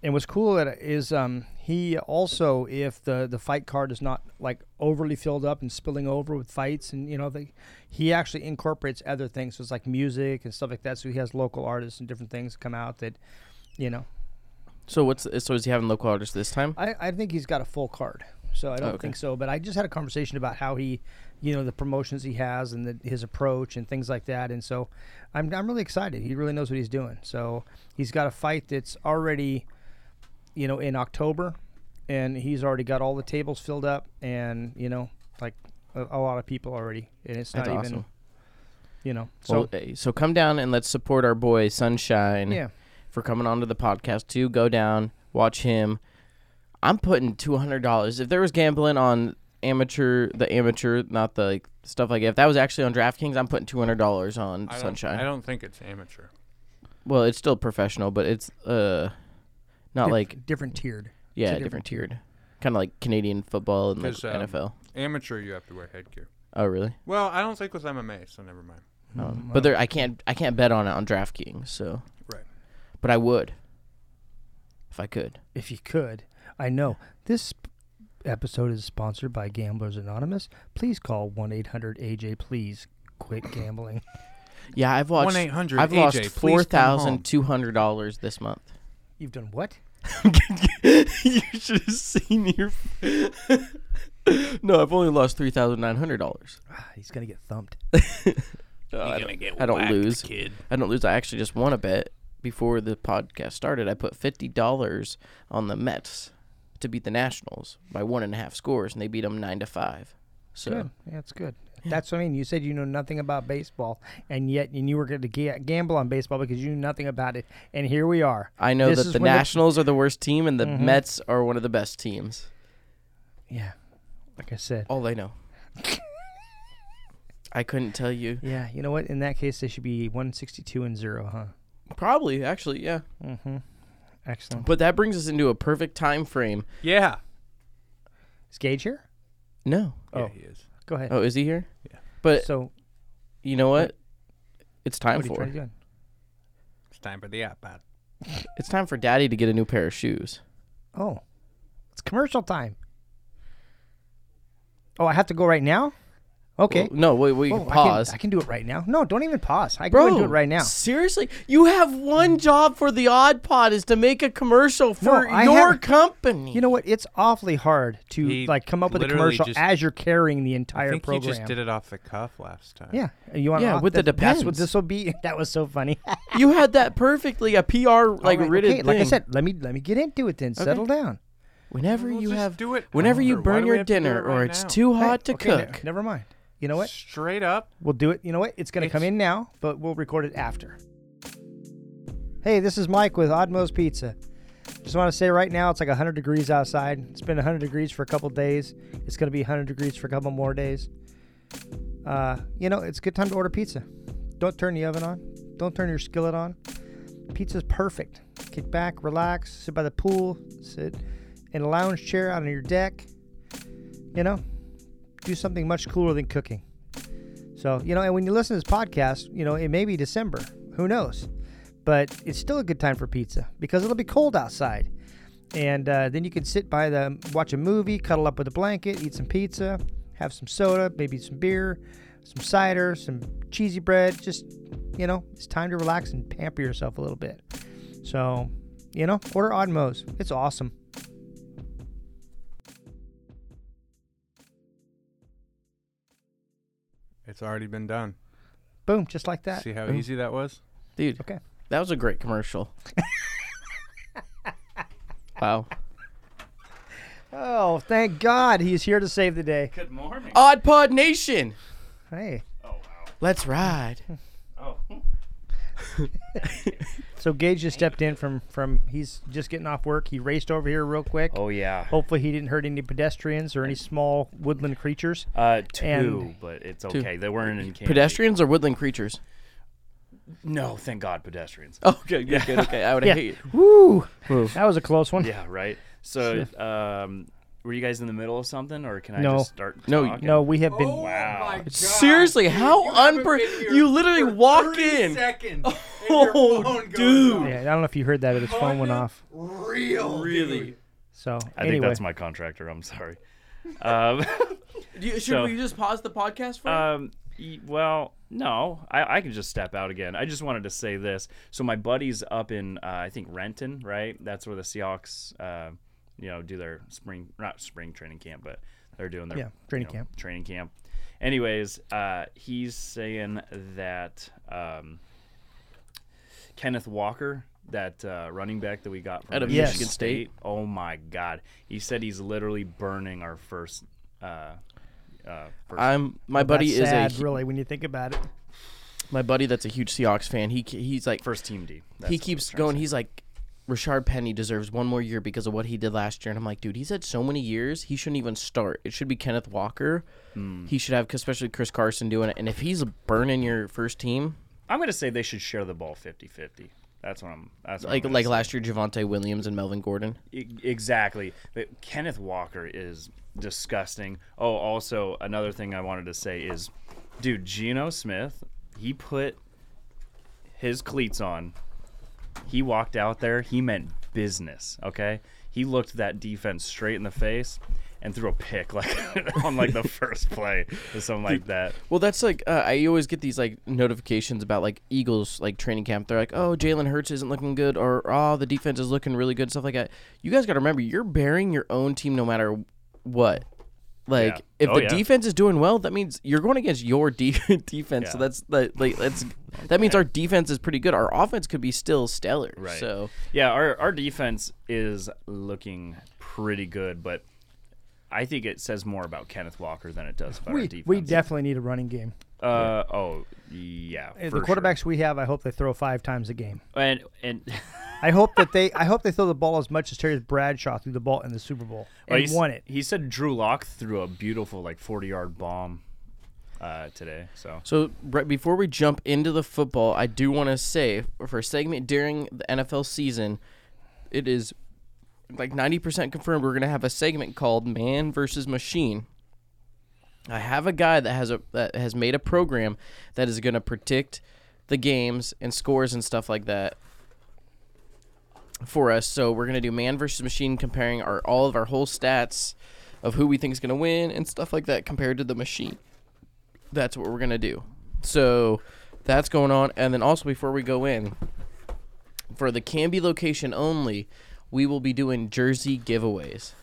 And what's cool at it is um, he also, if the, the fight card is not like overly filled up and spilling over with fights, and you know, they, he actually incorporates other things. So it's like music and stuff like that. So he has local artists and different things come out that, you know,
So what's so is he having local artists this time?
I, I think he's got a full card. So I don't
Okay.
think so. But I just had a conversation about how he, you know, the promotions he has and the, his approach and things like that. And so I'm, I'm really excited. He really knows what he's doing. So he's got a fight that's already, you know, in October. And he's already got all the tables filled up and, you know, like a, a lot of people already. And it's
That's
not
awesome.
even, you know, so.
So, so come down and let's support our boy Sunshine
Yeah.
for coming onto the podcast too. Go down, watch him. I'm putting two hundred dollars. If there was gambling on amateur, the amateur, not the like, stuff like that. If that was actually on DraftKings, I'm putting two hundred dollars on
I don't-
Sunshine.
I don't think it's amateur.
well, it's still professional, but it's uh, not
diff-
like
different tiered.
yeah,
different
different, tiered, kind of like Canadian football and like
'Cause, um,
NFL.
Amateur, you have to wear headgear.
Oh, really?
Well, I don't think with MMA, so never mind.
No. but there, I can't, I can't bet on it on DraftKings. So,
Right.
but I would if I could.
if you could. I know this p- episode is sponsored by Gamblers Anonymous. Please call 1 800 AJ, please. Quit gambling. <laughs>
Yeah, I've watched.
1-800
I've lost
AJ, please come home.
two hundred dollars this month. <laughs>
You've done what?
you should have seen your. <laughs> no, I've only lost three thousand nine hundred dollars.
Ah, he's going to get thumped.
I don't, I don't lose. Kid. I don't lose. I actually just won a bet before the podcast started. I put fifty dollars on the Mets to beat the Nationals by one and a half scores, and they beat them nine to five. So
Good. Yeah, that's good. That's what I mean. You said you know nothing about baseball, and yet and you were going to ga- gamble on baseball because you knew nothing about it. And here we are.
I know
This
that
is
the Mm-hmm.
when
Nationals are the worst team, and the Mets are one of the best teams.
Yeah. Like I said.
All I know. I couldn't tell you.
Yeah. You know what? In that case, they should be 162 and 0, huh?
Probably, actually, yeah.
Excellent.
But that brings us into a perfect time frame.
Yeah.
Is Gage here?
No.
Yeah,
Oh.
he is.
Go ahead.
Oh, is he here? Yeah. But
so,
you know what? It's time
what are
for
you trying to do?
It's time for the app ad.
it's time for Daddy to get a new pair of shoes.
Oh, it's commercial time. Oh, I have to go right now. Okay.
Well, no, wait, we
Whoa,
can
I can-
pause.
I can, do it right now. No, don't even pause. I can
Bro,
go and do it right now.
Seriously, you have one job for the Odd Pod is to make a commercial for
I
your
haven't-
company.
You know what? It's awfully hard to
He
like come up with a
literally
commercial
just-
as you're carrying the entire
I think
program.
he just did it off the cuff last time.
Yeah. You want
Yeah, with the
That's what
Depends.
this will be. <laughs> That was so funny.
you had that perfectly a PR <laughs> like
All right,
written
okay, like I
thing.
said, let me let me get into it then. Settle down.
whenever
Well,
you
just
have
do it
whenever you
after. Why
burn
do we
your
have to do
dinner
it
or
right
it's
now?
too
Hey,
hot to
okay, ne-
cook.
never mind. You know what?
Straight up.
We'll do it. You know what? It's going to come
It's-
in now, but we'll record it after. Hey, this is Mike with Odmo's Pizza. Just want to say right now, it's like 100 degrees outside. It's been 100 degrees for a couple days. It's going to be 100 degrees for a couple more days. Uh, you know, it's a good time to order pizza. Don't turn the oven on. Don't turn your skillet on. Pizza's perfect. Kick back, relax, sit by the pool, sit in a lounge chair out on your deck. You know, do something much cooler than cooking. So, you know, and when you listen to this podcast, you know, it may be December. Who knows? But it's still a good time for pizza because it'll be cold outside. And uh, then you can sit by the, watch a movie, cuddle up with a blanket, eat some pizza, have some soda, maybe some beer, some cider, some cheesy bread. Just, you know, it's time to relax and pamper yourself a little bit. So, you know, order Odmos. It's awesome.
It's already been done.
Boom, just like that. Mm.
See how easy that was?
Dude,
Okay.
that was a great
<laughs>
commercial. wow.
Oh, thank God he's here to save the day.
Good morning.
Odd Pod Nation.
Hey.
Let's ride.
Oh,
So Gage just stepped in from from he's just getting off work. He raced over here real quick.
oh yeah.
Hopefully he didn't hurt any pedestrians or any small woodland creatures.
Uh, two,
And-
but it's okay. They weren't in Kansas.
Pedestrians or woodland creatures?
No, thank God, pedestrians.
<laughs>
Oh.
Okay, good, good, okay. I would
Yeah.
hate
Woo! That was a close one.
Yeah, right. So, um, were you guys in the middle of something, or can I
No.
just start?
No,
talking?
No, we have been
Oh Wow.
Seriously, how unpre you literally walk in. <laughs>
Second.
Oh, dude.
Yeah, I don't know if you heard that, but his phone went off.
Really?
So
I think
anyway,
that's my contractor. I'm sorry. <laughs> Um,
Do you, should
So-
we just pause the podcast for?
um, y- well, no, I, I can just step out again. I just wanted to say this. So my buddy's up in, uh, I think Renton, right? That's where the Seahawks, uh, you know, do their spring, not spring training camp, but they're doing their
Yeah, training
you know,
camp.
Training camp. Anyways, uh, he's saying that um, Kenneth Walker, that uh, running back that we got from
Out of
Yes.
Michigan State.
Oh my God! He said he's literally burning our first. Uh, uh, first
I'm my buddy
that's
is
sad,
a
really when you think about it.
<laughs>
my buddy that's a huge Seahawks fan. He he's like
first team D.
he keeps going. He's like, Rashard Penny deserves one more year because of what he did last year. And I'm like, dude, he's had so many years. He shouldn't even start. It should be Kenneth Walker. He should have, especially Chris Carson doing it. And if he's burning your first team,
I'm gonna say they should share the ball 50-50. That's what I'm. That's what
like
I'm
like
gonna
last year, Javante Williams and Melvin Gordon.
say. E- exactly. But Kenneth Walker is disgusting. Oh, also another thing I wanted to say is, dude, Geno Smith, he put his cleats on. He walked out there. He meant business. Okay. He looked that defense straight in the face and threw a pick like <laughs> on
<laughs>
like the first play or something like that.
Well, that's like uh, I always get these like notifications about like Eagles like training camp. They're like, oh, Jalen Hurts isn't looking good, or oh, the defense is looking really good, stuff like that. You guys got to remember, you're bearing your own team no matter what. Like
Yeah.
if
Oh,
the
yeah.
defense is doing well, that means you're going against your <laughs> de- defense. So
Yeah.
that's like, like that's that means our defense is pretty good. Our offense could be still stellar.
Right.
So
Yeah, our our defense is looking pretty good, but I think it says more about Kenneth Walker than it does about our
We
defense.
we definitely need a running game.
uh oh yeah.
Uh,
for
The
sure.
quarterbacks we have, I hope they throw five times a game.
and
<laughs>
and
I hope that they I hope they throw the ball as much as Terry Bradshaw threw the ball in the Super Bowl
well,
and
he's-
won it.
He said Drew Lock threw a beautiful like forty yard bomb uh, today. So
So right before we jump into the football, I do want to say for a segment during the NFL season, it is like 90% confirmed we're going to have a segment called Man versus Machine. I have a guy that has a that has made a program that is going to predict the games and scores and stuff like that for us. So we're going to do man versus machine comparing our all of our whole stats of who we think is going to win and stuff like that compared to the machine that's what we're gonna do. So that's going on, and then also before we go in, for the Canby location only, we will be doing jersey giveaways.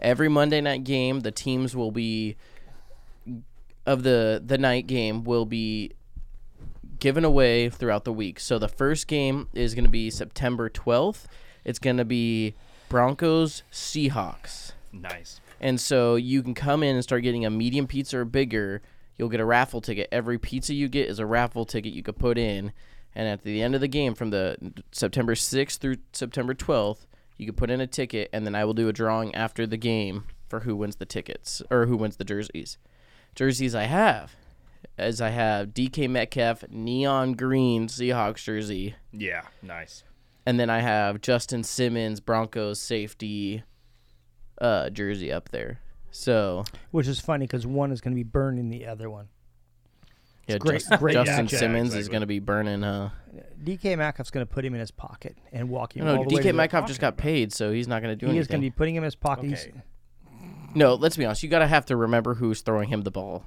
Every Monday night game, the teams will be of the the night game will be given away throughout the week. So the first game is going to be September 12th. It's going to be Broncos Seahawks.
nice.
And so you can come in and start getting a medium pizza or bigger. You'll get a raffle ticket. Every pizza you get is a raffle ticket you could put in. And at the end of the game, from the September 6th through September 12th, you could put in a ticket, and then I will do a drawing after the game for who wins the tickets or who wins the jerseys. Jerseys I have, as I have DK Metcalf neon green Seahawks jersey,
Yeah, nice.
and then I have Justin Simmons Broncos safety uh, jersey up there. So
Which is funny because one is going to be burning the other one.
Yeah,
great- <laughs>
Justin,
great
Justin
matchup.
Simmons is going to be burning. Uh,
DK Metcalf's going to put him in his pocket and walk him.
no,
all the way to
DK
the-
Metcalf just got paid, so he's not going to do
He is
anything.
going to be putting him in his pocket. He's-
Okay.
No, let's be honest. You got to have to remember who's throwing him the ball.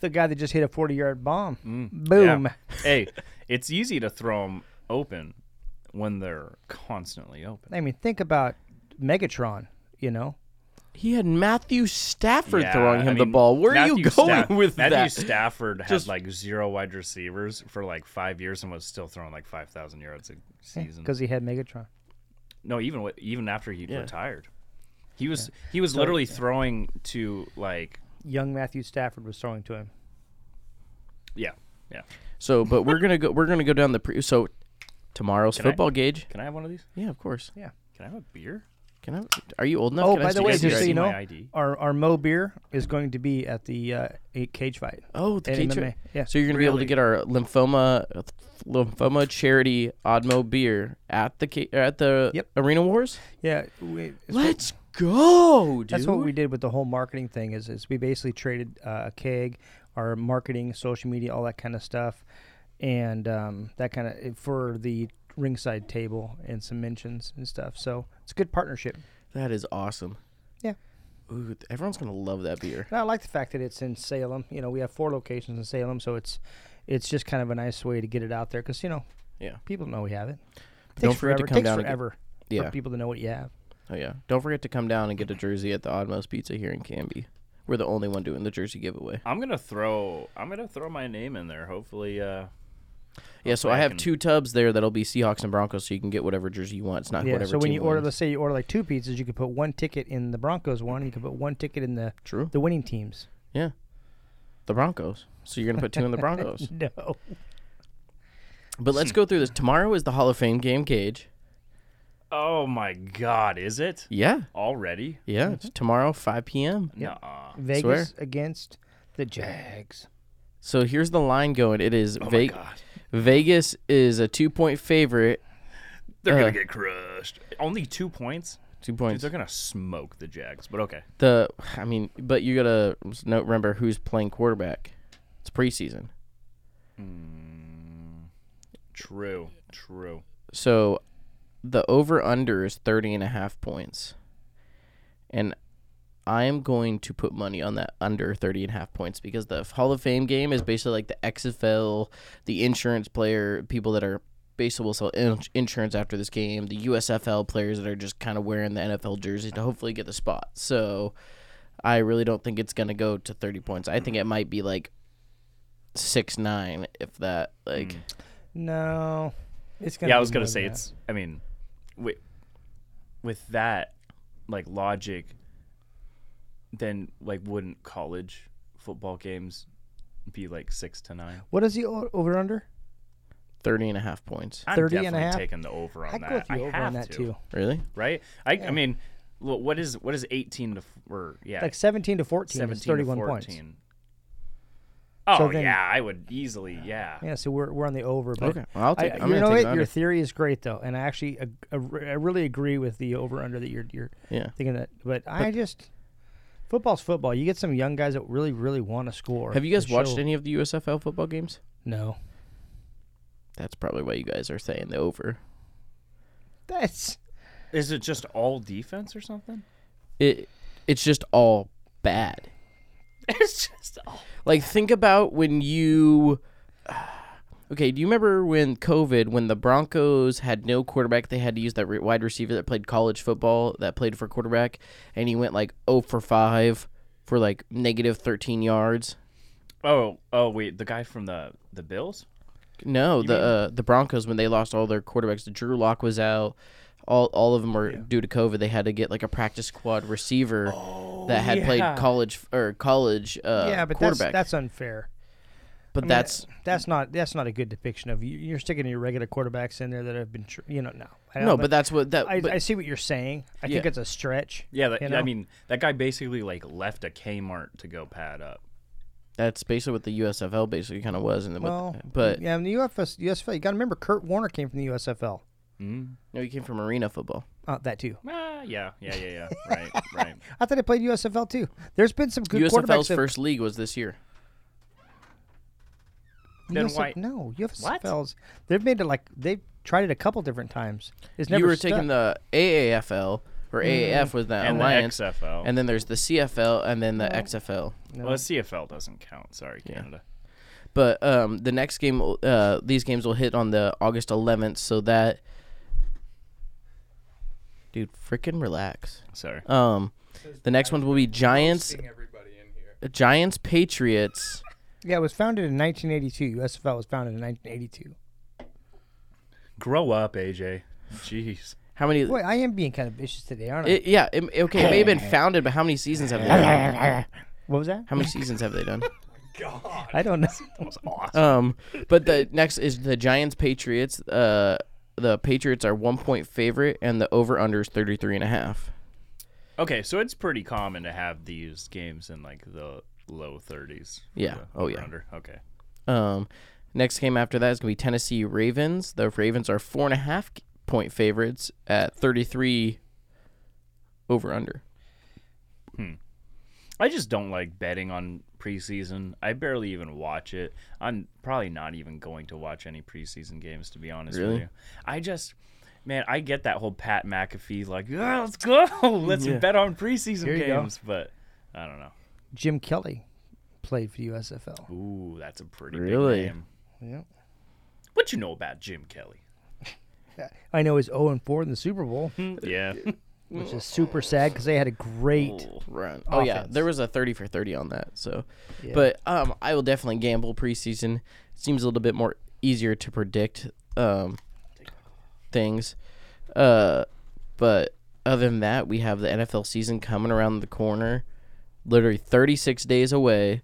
the guy that just hit a forty-yard bomb.
Mm.
Boom.
Yeah. hey, it's easy to throw them open when they're constantly open.
I mean, think about Megatron. You know,
He had Matthew Stafford
Yeah,
throwing him
I
the
mean,
ball. Where are you
Matthew
going
Staff-
with
Matthew
that?
Stafford had
Just-
like zero wide receivers for like five years and was still throwing like five thousand yards a season.
because he had Megatron.
no, even wi- even after he
Yeah.
retired, he was he was literally throwing to like
Young Matthew Stafford was throwing to him.
yeah yeah.
so, but we're gonna go. We're gonna go down the pre. So, tomorrow's
I-
football gauge.
Can I have one of these?
Yeah, of course.
Can I have a beer?
Can I? Are you old enough?
Oh,
Can I
by the
still
way,
get
guys
just
your
so you
ID?
my
know,
ID?
our our Mo beer is going to be at the uh, a- cage fight.
Oh, the
and
cage.
MMA, yeah.
So you're gonna be able to get our lymphoma lymphoma charity Odmo beer at the ca- at the
Yep.
Arena Wars.
Yeah, we, it's what-
Let's go, dude.
that's what we did with the whole marketing thing. Is is we basically traded uh, a keg, our marketing, social media, all that kind of stuff, and um, that kind of for the ringside table and some mentions and stuff. So it's a good partnership.
That is awesome.
Yeah.
Ooh, th- everyone's gonna love that beer.
And I like the fact that it's in Salem. You know, we have four locations in Salem, so it's it's just kind of a nice way to get it out there because you know,
Yeah.
people know we have it. it
don't
takes
forget to
forever.
come
takes
down and get-
forever
Yeah.
for people to know what you have.
Oh yeah. Don't forget to come down and get a jersey at the Odmos Pizza here in Canby. We're the only one doing the jersey giveaway.
I'm gonna throw I'm gonna throw my name in there. Hopefully, uh,
Yeah, so
Okay,
I
I
have
can-
two tubs there that'll be Seahawks and Broncos, so you can get whatever jersey you want. It's not
Yeah.
whatever.
So when
team
you order,
wins.
let's say you order like two pizzas, you could put one ticket in the Broncos one, and you could put one ticket in the
True.
the winning teams.
yeah, the Broncos. So you're gonna put two in the
<laughs>
Broncos.
No.
But let's go through this. Tomorrow is the Hall of Fame game cage.
oh my god, is it
Yeah,
already? Uh-uh.
yeah. It's
Mm-hmm.
tomorrow, 5 p.m.
Nuh-uh.
Vegas against the Jags.
So here's the line going. It is
Oh
Ve- Vegas is a two point favorite.
They're
Uh,
gonna get crushed. Only two points.
Two
Dude,
points.
they're gonna smoke the Jags. But okay.
the I mean, but you gotta s- note remember who's playing quarterback. It's preseason,
True. True.
so the over under is 30 and a half points, and I am going to put money on that under 30 and a half points because the Hall of Fame game is basically like the XFL, the insurance player, people that are basically will sell in- insurance after this game, the USFL players that are just kind of wearing the NFL jersey to hopefully get the spot. So I really don't think it's going to go to 30 points. I think it might be like 6 9 if that like
No. It's gonna
Yeah,
be
I was
more
gonna
than
say
that.
it's. I mean, with with that like logic, then like wouldn't college football games be like six to nine?
What is the o- over under?
30 and a half points.
I'm
30 and a
definitely
half?
taking the over on
I'd
that.
go with you
I
over
have
on that
to,
too.
Really?
right? I, I mean, wh- what is what is eighteen to f- or yeah,
Like seventeen to fourteen is
seventeen to
thirty-one points.
fourteen? Oh
So then-
yeah, I would easily yeah.
Yeah, so we're, we're on the over. But
Okay, well, I'll take-
I,
I'm
you
gonna
know
take the
what?
under.
Your theory is great though, and I actually ag- I re- I really agree with the over under that you're you're
Yeah.
thinking that. But, I just football's football. You get some young guys that really really want to score.
Have you guys
and
watched
show-
any Uh, of the USFL football games?
No,
That's probably why you guys are saying the over.
that's
Is it just all defense or something?
It it's just all bad.
<laughs> It's just all.
Like think about when you <sighs> Okay, do you remember when COVID, when the Broncos had no quarterback, they had to use that re- wide receiver that played college football, that played for quarterback, and he went like 0 for 5 for like negative 13 yards?
Oh oh wait, the guy from the the Bills.
No, the uh, the Broncos when they lost all their quarterbacks, Drew Lock was out. All all of them were due to COVID. They had to get like a practice squad receiver that had played college or college uh,
Oh, yeah, but that's
quarterback.
that's unfair.
but that's
That's not that's not a good depiction of you. You're sticking your regular quarterbacks in there that have been tr- you know no I
no,
don't-
but that's what that.
I,
but,
I see what you're saying. I think
Yeah.
it's a stretch.
Yeah, that,
you
I
know?
mean that guy basically like left a Kmart to go pad up.
that's basically what the USFL basically kind of was, and then
well,
what, but
yeah, in the UFS, USFL. You got to remember, Kurt Warner came from the USFL.
no, he came from arena football.
Uh, that too.
Ah, yeah,
<laughs>
yeah, yeah, yeah. right, right.
I thought I played USFL too. There's been some good quarterbacks.
USFL's
that-
first league was this year.
Then
USF
why-
No, USFL's. They've made it like they've tried it a couple different times. It's never
you were
stuck. Mm-hmm.
taking the AAFL or AAF was that
And the
alliance,
XFL.
and then there's the CFL, and then the XFL.
Well, CFL doesn't count. Sorry, Canada.
But um, the next game, will- uh, these games will hit on the August 11th, so that, dude, freaking relax.
Sorry.
Um, The next one will be Giants,
Everybody in here.
Giants Patriots.
Yeah, it was founded in 1982. USFL was founded in 1982.
Grow up, AJ. Jeez.
How many?
Boy, I am being kind of vicious today, aren't I?
It, yeah. It, okay. It may have been founded, but how many seasons have they? Done?
what was that?
How many seasons have they done?
I don't know.
Um, but the next is the Giants Patriots. Uh, the Patriots are one point favorite, and the over under is 33 and a half.
Okay, so it's pretty common to have these games in like the low 30s. for
Yeah.
the
Oh, yeah.
over-under. Okay.
Um, next game after that is gonna be Tennessee Ravens. The Ravens are four and a half point favorites at 33 over under.
I just don't like betting on preseason. I barely even watch it. I'm probably not even going to watch any preseason games to be honest
Really?
with you. I just man, I get that whole Pat McAfee like, yeah, let's go. <laughs> Let's bet on preseason
Here you go.
games, but I don't know.
Jim Kelly played for USFL.
Ooh, that's a pretty
Really?
big name.
Yeah.
What you know about Jim Kelly?
I know he's 0 and 4 in the Super Bowl,
Hmm. <laughs> Yeah.
which is super sad because they had a great.
Run. Oh yeah,
Offense.
there was a 30 for 30 on that. So, but um, I will definitely gamble preseason. Seems a little bit more easier to predict um things. Uh, but other than that, we have the NFL season coming around the corner, literally 36 days away.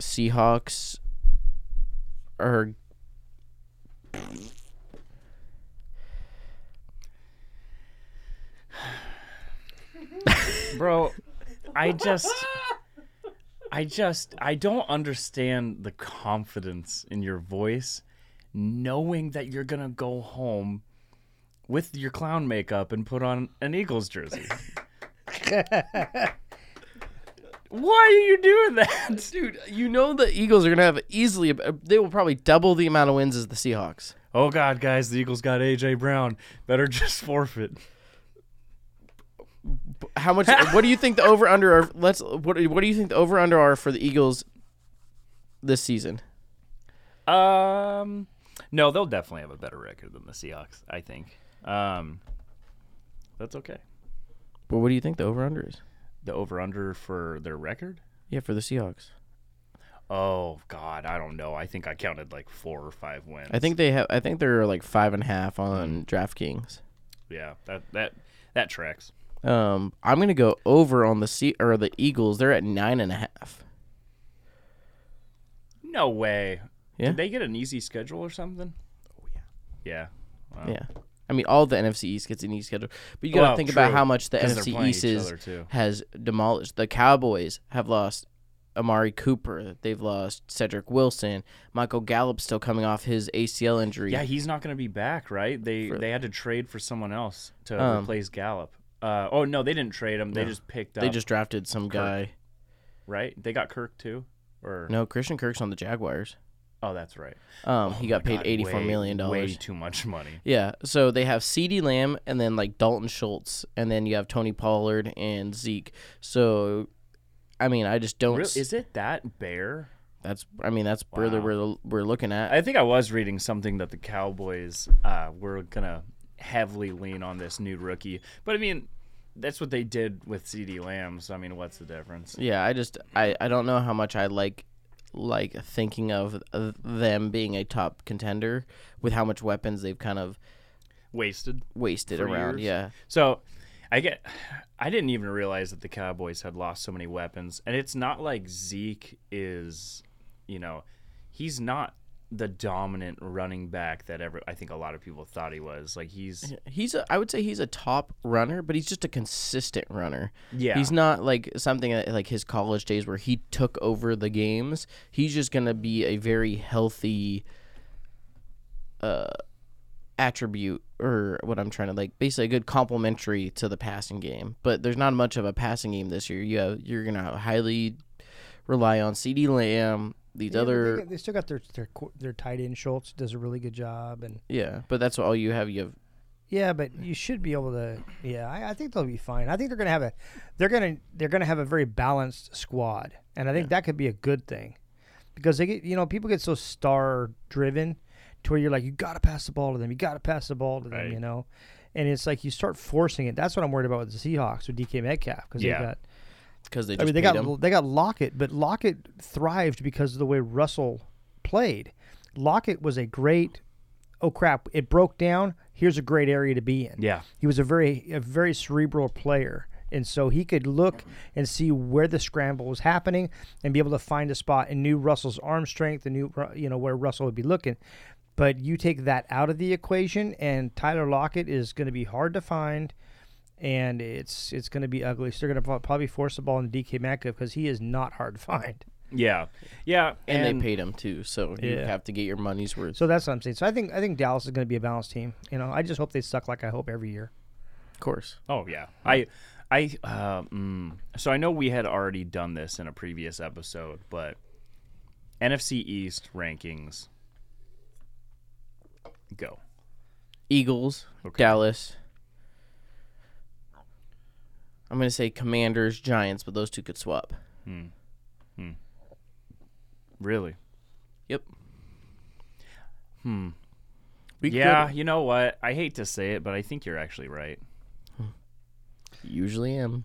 Seahawks are
Bro, I just I just I don't understand the confidence in your voice knowing that you're going to go home with your clown makeup and put on an Eagles jersey. Why are you doing that?
Dude, you know the Eagles are gonna have easily. uh, They will probably double the amount of wins as the Seahawks.
Oh god, guys, the Eagles got AJ Brown. Better just forfeit.
How <laughs> much? what do you think the over under are? Let's. What What do you think the over under are for the Eagles this season?
Um, no, they'll definitely have a better record than the Seahawks. I think. Um, that's okay.
Well, what do you think the over under is?
The over under for their record?
Yeah, for the Seahawks.
Oh God, I don't know. I think I counted like four or five wins.
I think they have. I think they're like five and a half on DraftKings.
yeah, that that that tracks.
Um, I'm gonna go over on the sea or the Eagles. They're at nine and a half.
No way.
Yeah.
Did they get an easy schedule or something? Oh yeah. Yeah. Wow.
Yeah. I mean, all the NFC East gets an easy schedule, but you got to
Well,
think about
true,
how much the
'cause they're
NFC
playing
East
each
is,
other, too.
has demolished. The Cowboys have lost Amari Cooper. They've lost Cedric Wilson. Michael Gallup's still coming off his ACL injury.
Yeah, he's not going to be back, right? They they had to trade for someone else to
Um,
replace Gallup. Uh, oh no, they didn't trade him. They just picked up.
they just drafted some guy.
right. They got Kirk too, or
No, Christian Kirk's on the Jaguars.
Oh, that's right.
Um, he got paid eighty four
Oh way,
million
Way
dollars.
too much money.
Yeah, so they have Ceedee Lamb Lamb and then like Dalton Schultz, and then you have Tony Pollard and Zeke. So, I mean, I just don't.
Real,
s-
is it that bare?
that's I mean that's really where we're looking at.
I think I was reading something that the Cowboys uh, were gonna heavily lean on this new rookie, but I mean, that's what they did with C.D. Lamb. So I mean, what's the difference?
Yeah, I just I, I don't know how much I like like thinking of uh, them being a top contender with how much weapons they've kind of
Wasted.
wasted
For
around.
years.
Yeah.
So I get I didn't even realize that the Cowboys had lost so many weapons. And it's not like Zeke is, you know, he's not the dominant running back that ever I think a lot of people thought he was. Like he's
He's a, I would say he's a top runner, but he's just a consistent runner.
Yeah.
He's not like something that, like his college days where he took over the games. He's just going to be a very healthy uh attribute or what I'm trying to like basically a good complementary to the passing game. But there's not much of a passing game this year. You have, you're going to highly rely on CD Lamb, these
Yeah, but
other
They, got- they still got their their qu- their tight end Schultz does a really good job, and
Yeah, but that's all you have. You have
yeah, but you should be able to. Yeah, I, I think they'll be fine. I think they're gonna have a they're gonna they're gonna have a very balanced squad, and I think that could be a good thing because they get you know people get so star driven to where you're like you gotta pass the ball to them, you gotta pass the ball to them, you know, and it's like you start forcing it. That's what I'm worried about with the Seahawks with DK Metcalf because
Yeah.
they got.
because they
I
just
mean, they
paid
got
him.
they got Lockett, but Lockett thrived because of the way Russell played. Lockett was a great. Oh crap! It broke down. Here's a great area to be in.
Yeah.
he was a very a very cerebral player, and so he could look and see where the scramble was happening and be able to find a spot and knew Russell's arm strength and knew Ru- you know where Russell would be looking. But you take that out of the equation, and Tyler Lockett is going to be hard to find and it's it's going to be ugly. So they're going to probably force the ball into DK Metcalf because he is not hard to find.
Yeah, yeah,
and, they paid him too, so you
Yeah.
have to get your money's worth.
So that's what I'm saying. So I think I think Dallas is going to be a balanced team. You know, I just hope they suck like I hope every year.
of course,
Oh yeah, I, I, uh, mm, so I know we had already done this in a previous episode, but NFC East rankings. Go.
Eagles,
Okay.
Dallas. I'm gonna say Commanders, Giants, but those two could swap.
Really?
Yep. Hmm. We
yeah.
could,
You know what? I hate to say it, but I think you're
<laughs>
actually right.
usually am.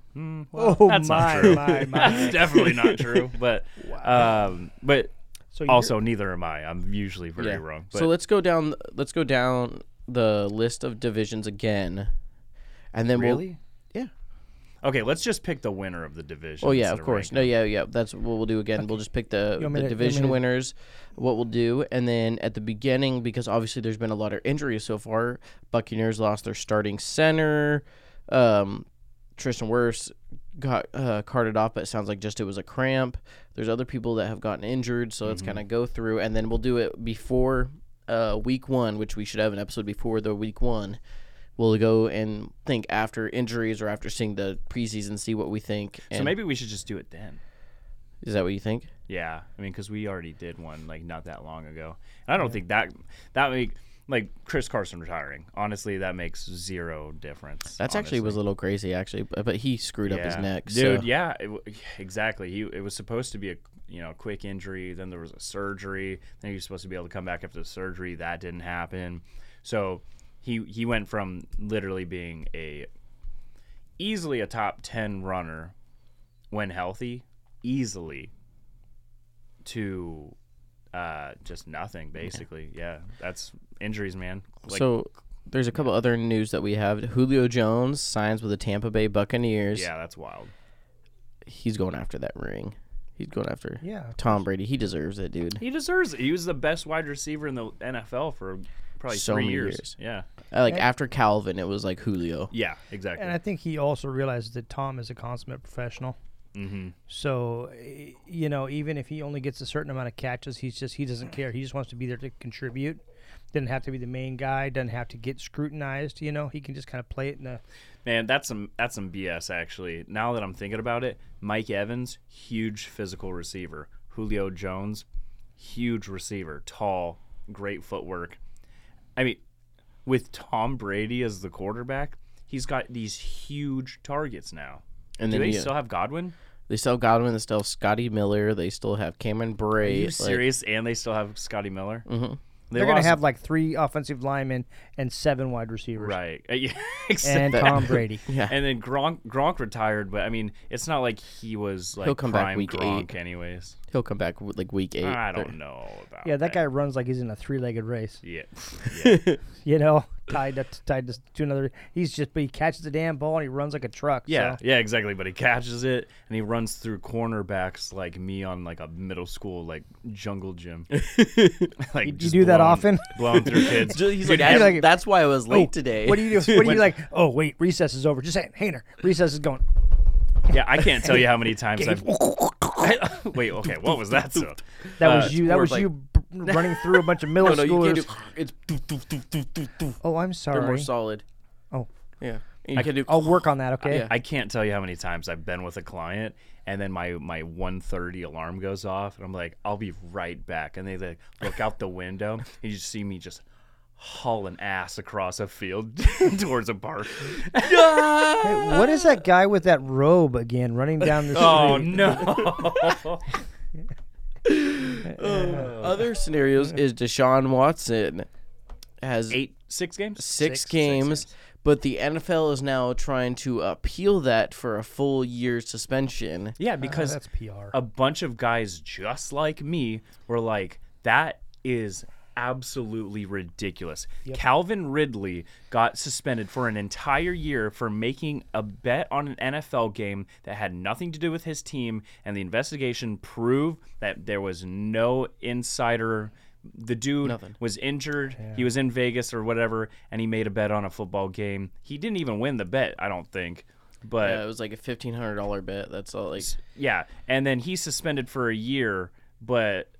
oh
that's not
my,
true.
my my!
<laughs> That's definitely
<laughs>
not true. But, um, but
So you're-
also neither am I. I'm usually very
Yeah.
wrong. But
So let's go down. Let's go down the list of divisions again, and then
really?
okay, let's just pick the winner of the division.
we'll. Oh yeah,
instead
of course.
ranking
No, yeah, yeah. That's what we'll do again. We'll just pick the, the
want me to- you want me
division
to-
winners. What we'll do, and then at the beginning, because obviously there's been a lot of injuries so far. Buccaneers lost their starting center. Um, Tristan Wirfs got uh, carted off, but it sounds like just it was a cramp. There's other people that have gotten injured, so let's
Mm-hmm.
kind of go through, and then we'll do it before uh, week one, which we should have an episode before the week one. We'll go and think after injuries or after seeing the preseason, see what we think.
them.
And
So maybe we should just do it then.
is that what you think?
Yeah, I mean, because we already did one like not that long ago, and I don't think that that make like Chris Carson retiring. Honestly, that makes zero difference.
That's actually was a
honestly.
little crazy, actually, but, but he screwed up his
Yeah.
neck.
dude.
so-
Yeah, it, w- exactly. He it was supposed to be a you know quick injury. Then there was a surgery. Then he was supposed to be able to come back after the surgery. That didn't happen. So he he went from literally being a easily a top ten runner when healthy, easily to uh just nothing basically. Yeah, that's injuries, man. Like,
so there's a couple other news that we have. Julio Jones signs with the Tampa Bay Buccaneers.
yeah, that's wild.
He's going after that ring. He's going after
Yeah, of
Tom Brady. He deserves it, dude.
He deserves it. He was the best wide receiver in the NFL for probably
So
three
many
years.
years.
Yeah.
Uh, like after Calvin, it was like Julio.
Yeah, exactly.
And I think he also realized that Tom is a consummate professional. Mm-hmm. So eh, you know, even if he only gets a certain amount of catches, he's just he doesn't care. He just wants to be there to contribute. Doesn't have to be the main guy. Doesn't have to get scrutinized. You know, he can just kind of play it in the
Man, that's some that's some BS actually. Now that I'm thinking about it, Mike Evans, huge physical receiver. Julio Jones, huge receiver, tall, great footwork. I mean, with Tom Brady as the quarterback, he's got these huge targets now.
And
Do
then
they
you-
still have Godwin?
They still have Godwin. They still have Scotty Miller. They still have Cameron Bray.
Are you
like-
serious? And they still have Scotty Miller. Mm-hmm. They
They're going
lost-
to have like three offensive linemen and seven wide receivers.
right. <laughs> Yeah, exactly.
And Tom
<laughs>
Brady.
yeah.
And then Gronk Gronk retired, but I mean, it's not like he was like
He'll come back
prime
week
Gronk
eight.
anyways.
He'll come back with, like week eight.
I
They're-
don't know about
Yeah, that guy runs like he's in a three-legged race.
Yeah.
<laughs>
yeah.
You know, <laughs> tied up, tied to, to another. He's just, but he catches the damn ball and he runs like a truck.
Yeah,
so-
yeah, exactly. But he catches it and he runs through cornerbacks like me on like a middle school like
<laughs>
jungle gym. <laughs> like
you do that often?
<laughs> Blowing
<laughs>
through kids.
He's like,
Dude, every-
"I-
like-
that's why I was late
Oh,
today.
What do
<laughs>
you do? What do you like? Oh wait, recess is over. Just hang, hang there. Recess is going.
yeah, I can't tell you how many times I've. <laughs> Wait, okay, what was
<laughs>
that? So
That
Uh,
was you. That
more
was
of
you b- running through a
<laughs>
bunch of middle
No, no, you
schoolers.
can't do. It's doof, doof, doof, doof, doof, doof.
oh, I'm
They're more
sorry.
solid.
Oh.
yeah. And you can do.
I'll work on that. Okay.
Yeah.
I can't tell you how many times I've been with a client and then my my 1:30 alarm goes off and I'm like, I'll be right back. And they like look out the window and you see me just hauling ass across a field <laughs> towards a park.
Hey, what is that guy with that robe again running
<laughs>
down the street?
<laughs> oh no.
Other scenarios is Deshaun Watson has
Eight six games.
six, games, but the NFL is now trying to appeal that for a full year suspension.
Yeah, because
that's PR.
a bunch of guys just like me were like, that is absolutely ridiculous. Calvin Ridley got suspended for an entire year for making a bet on an NFL game that had nothing to do with his team, and the investigation proved that there was no insider. The dude was injured. He was in Vegas or whatever, and he made a bet on a football game. He didn't even win the bet, I don't think. But
Yeah, it was like a fifteen hundred dollar bet. That's all. Like,
yeah, and then he's suspended for a year, but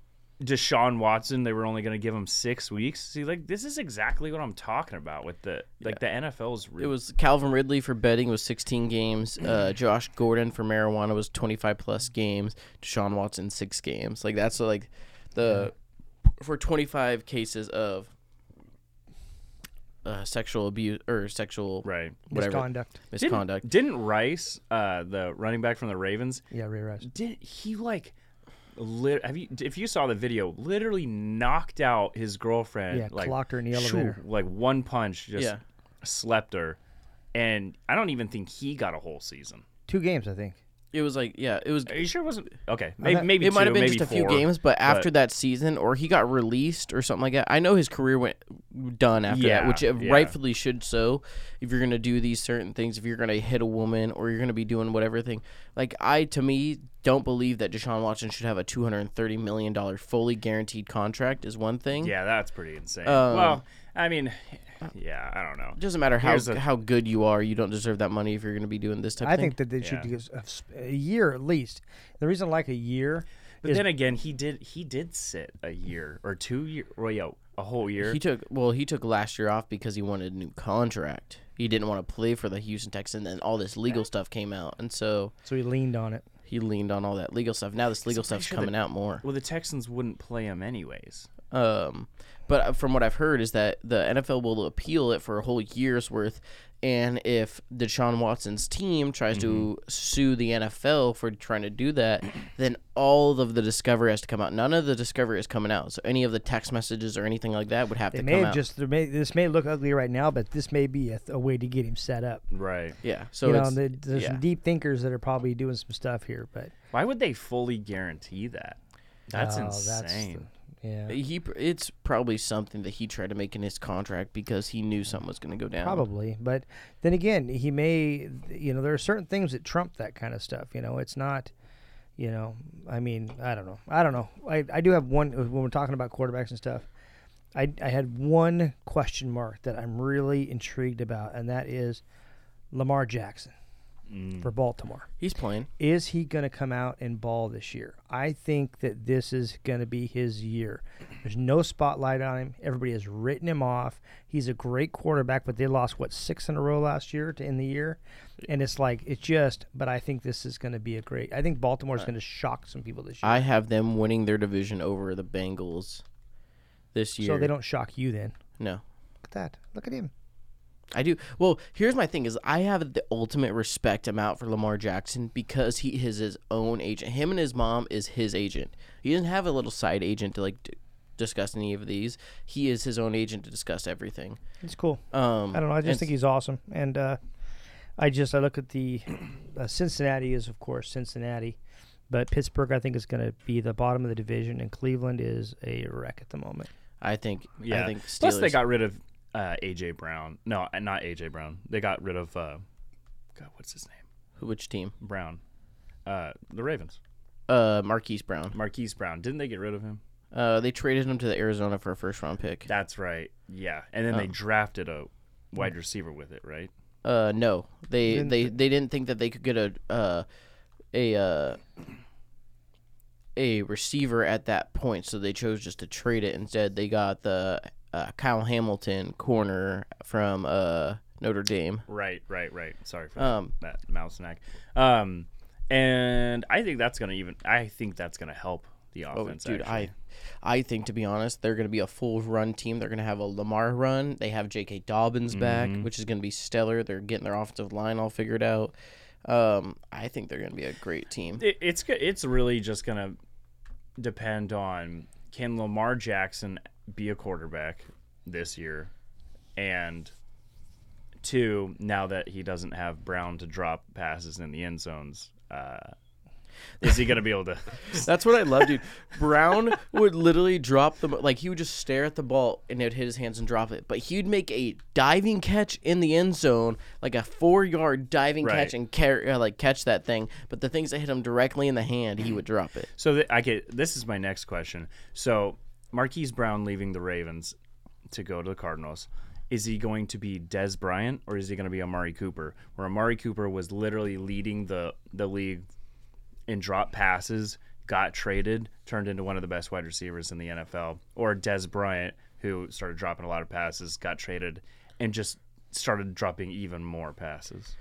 Deshaun Watson, they were only going to give him six weeks. See, like this is exactly what I'm talking about with the like the NFL's. Re-
it was Calvin Ridley for betting was sixteen games. Uh, Josh Gordon for marijuana was twenty five plus games. Deshaun Watson six games. Like that's like the for twenty five cases of uh, sexual abuse or sexual
right.
whatever
Misconduct.
misconduct.
Didn't, didn't Rice, uh, the running back from the Ravens,
Yeah, Ray Rice.
did he like? Lit- have you if you saw the video? Literally knocked out his girlfriend.
Yeah,
like,
clocked her in the
shoo,
elevator.
like one punch, just
Yeah.
slept her, and I don't even think he got a whole season.
Two games, I think.
It was like yeah, it was
Are you sure it wasn't? Okay, maybe,
not-
maybe
it might
two,
have been
maybe
just a few
four,
games, but after that season, or he got released or something like that. I know his career went done after that,
Yeah,
which it
yeah.
rightfully should. So, if you're gonna do these certain things, if you're gonna hit a woman or you're gonna be doing whatever thing, like I to me don't believe that Deshaun Watson should have a 230 million dollar fully guaranteed contract is one thing.
Yeah, that's pretty insane.
Um, uh,
well, I mean, yeah, I don't know.
It doesn't matter how
Here's the-
how good you are, you don't deserve that money if you're gonna be doing this type.
I
of thing.
think that they should
Yeah.
do a s- a year at least. The reason I like a year
But
is
then again, he did he did sit a year or two year, well, yeah, a whole year.
He took well, he took last year off because he wanted a new contract. He didn't want to play for the Houston Texans, and all this legal stuff came out, and so
so he leaned on it.
he leaned on all that legal stuff. Now this legal stuff's
sure
coming
that-
out more.
well, the Texans wouldn't play him anyways.
Um, but from what I've heard is that the NFL will appeal it for a whole year's worth, and if Deshaun Watson's team tries to
Mm-hmm.
sue the NFL for trying to do that, then all of the discovery has to come out. None of the discovery is coming out, so any of the text messages or anything like that would have
They
to
may
come
have
out.
just there may, this may look ugly right now, but this may be a, th- a way to get him set up.
Right.
yeah, so
you know,
it's,
there- there's
yeah.
some deep thinkers that are probably doing some stuff here, but
Why would they fully guarantee that? That's
oh,
insane.
the- yeah,
He pr- it's probably something that he tried to make in his contract because he knew something was going to go down.
probably. But then again, he may. You know, there are certain things that trump that kind of stuff. You know, it's not. You know, I mean, I don't know. I don't know. I, I do have one when we're talking about quarterbacks and stuff. I, I had one question mark that I'm really intrigued about, and that is Lamar Jackson for Baltimore.
He's playing.
is he going to come out and ball this year? I think that this is going to be his year. There's no spotlight on him. Everybody has written him off. He's a great quarterback, but they lost what six in a row last year to end the year, and it's like it's just. But I think this is going to be a great. I think Baltimore's going to shock some people this year.
I have them winning their division over the Bengals this year.
so they don't shock you then.
No,
Look at that. Look at him.
I do. Well, here's my thing: is I have the ultimate respect amount for Lamar Jackson because he is his own agent. Him and his mom is his agent. He doesn't have a little side agent to like d- discuss any of these. He is his own agent to discuss everything.
It's cool.
Um,
I don't know. I just
and-
think he's awesome, and uh, I just I look at the <clears throat> uh, Cincinnati is of course Cincinnati, but Pittsburgh I think is going to be the bottom of the division, and Cleveland is a wreck at the moment.
I think.
Yeah.
I think Steelers.
Plus, they got rid of uh, AJ Brown. No, uh, not AJ Brown. They got rid of uh, God, what's his name?
which team?
Brown. Uh, the Ravens.
Uh, Marquise Brown.
Marquise Brown. Didn't they get rid of him?
Uh, they traded him to the Arizona for a first round pick.
That's right. Yeah, and then they drafted a wide receiver with it, right?
Uh, no, they they they didn't think that they could get a uh, a uh, a receiver at that point, so they chose just to trade it instead. They got the uh, Kyle Hamilton corner from uh, Notre Dame.
Right, right, right. Sorry for
Um,
that mouth snack. Um, and I think that's gonna even. I think that's gonna help the
Oh,
offense.
dude,
actually.
I I think to be honest, they're going to be a full run team. They're going to have a Lamar run. They have J.K. Dobbins back, which is going to be stellar. They're getting their offensive line all figured out. Um, I think they're going to be a great team.
It, it's go- it's really just gonna depend on can Lamar Jackson be a quarterback this year, and two now that he doesn't have Brown to drop passes in the end zones. Uh, is he gonna be <laughs> able to?
<laughs> That's what I love, dude. Brown would literally drop the like he would just stare at the ball and it would hit his hands and drop it. But he'd make a diving catch in the end zone, like a four yard diving
Right.
catch and carry uh, like catch that thing. But the things that hit him directly in the hand, he would drop it.
So th- I get this is my next question. So Marquise Brown leaving the Ravens to go to the Cardinals. Is he going to be Des Bryant or is he going to be Amari Cooper? Where Amari Cooper was literally leading the the league in drop passes, got traded, turned into one of the best wide receivers in the NFL, or Des Bryant who started dropping a lot of passes, got traded, and just started dropping even more passes.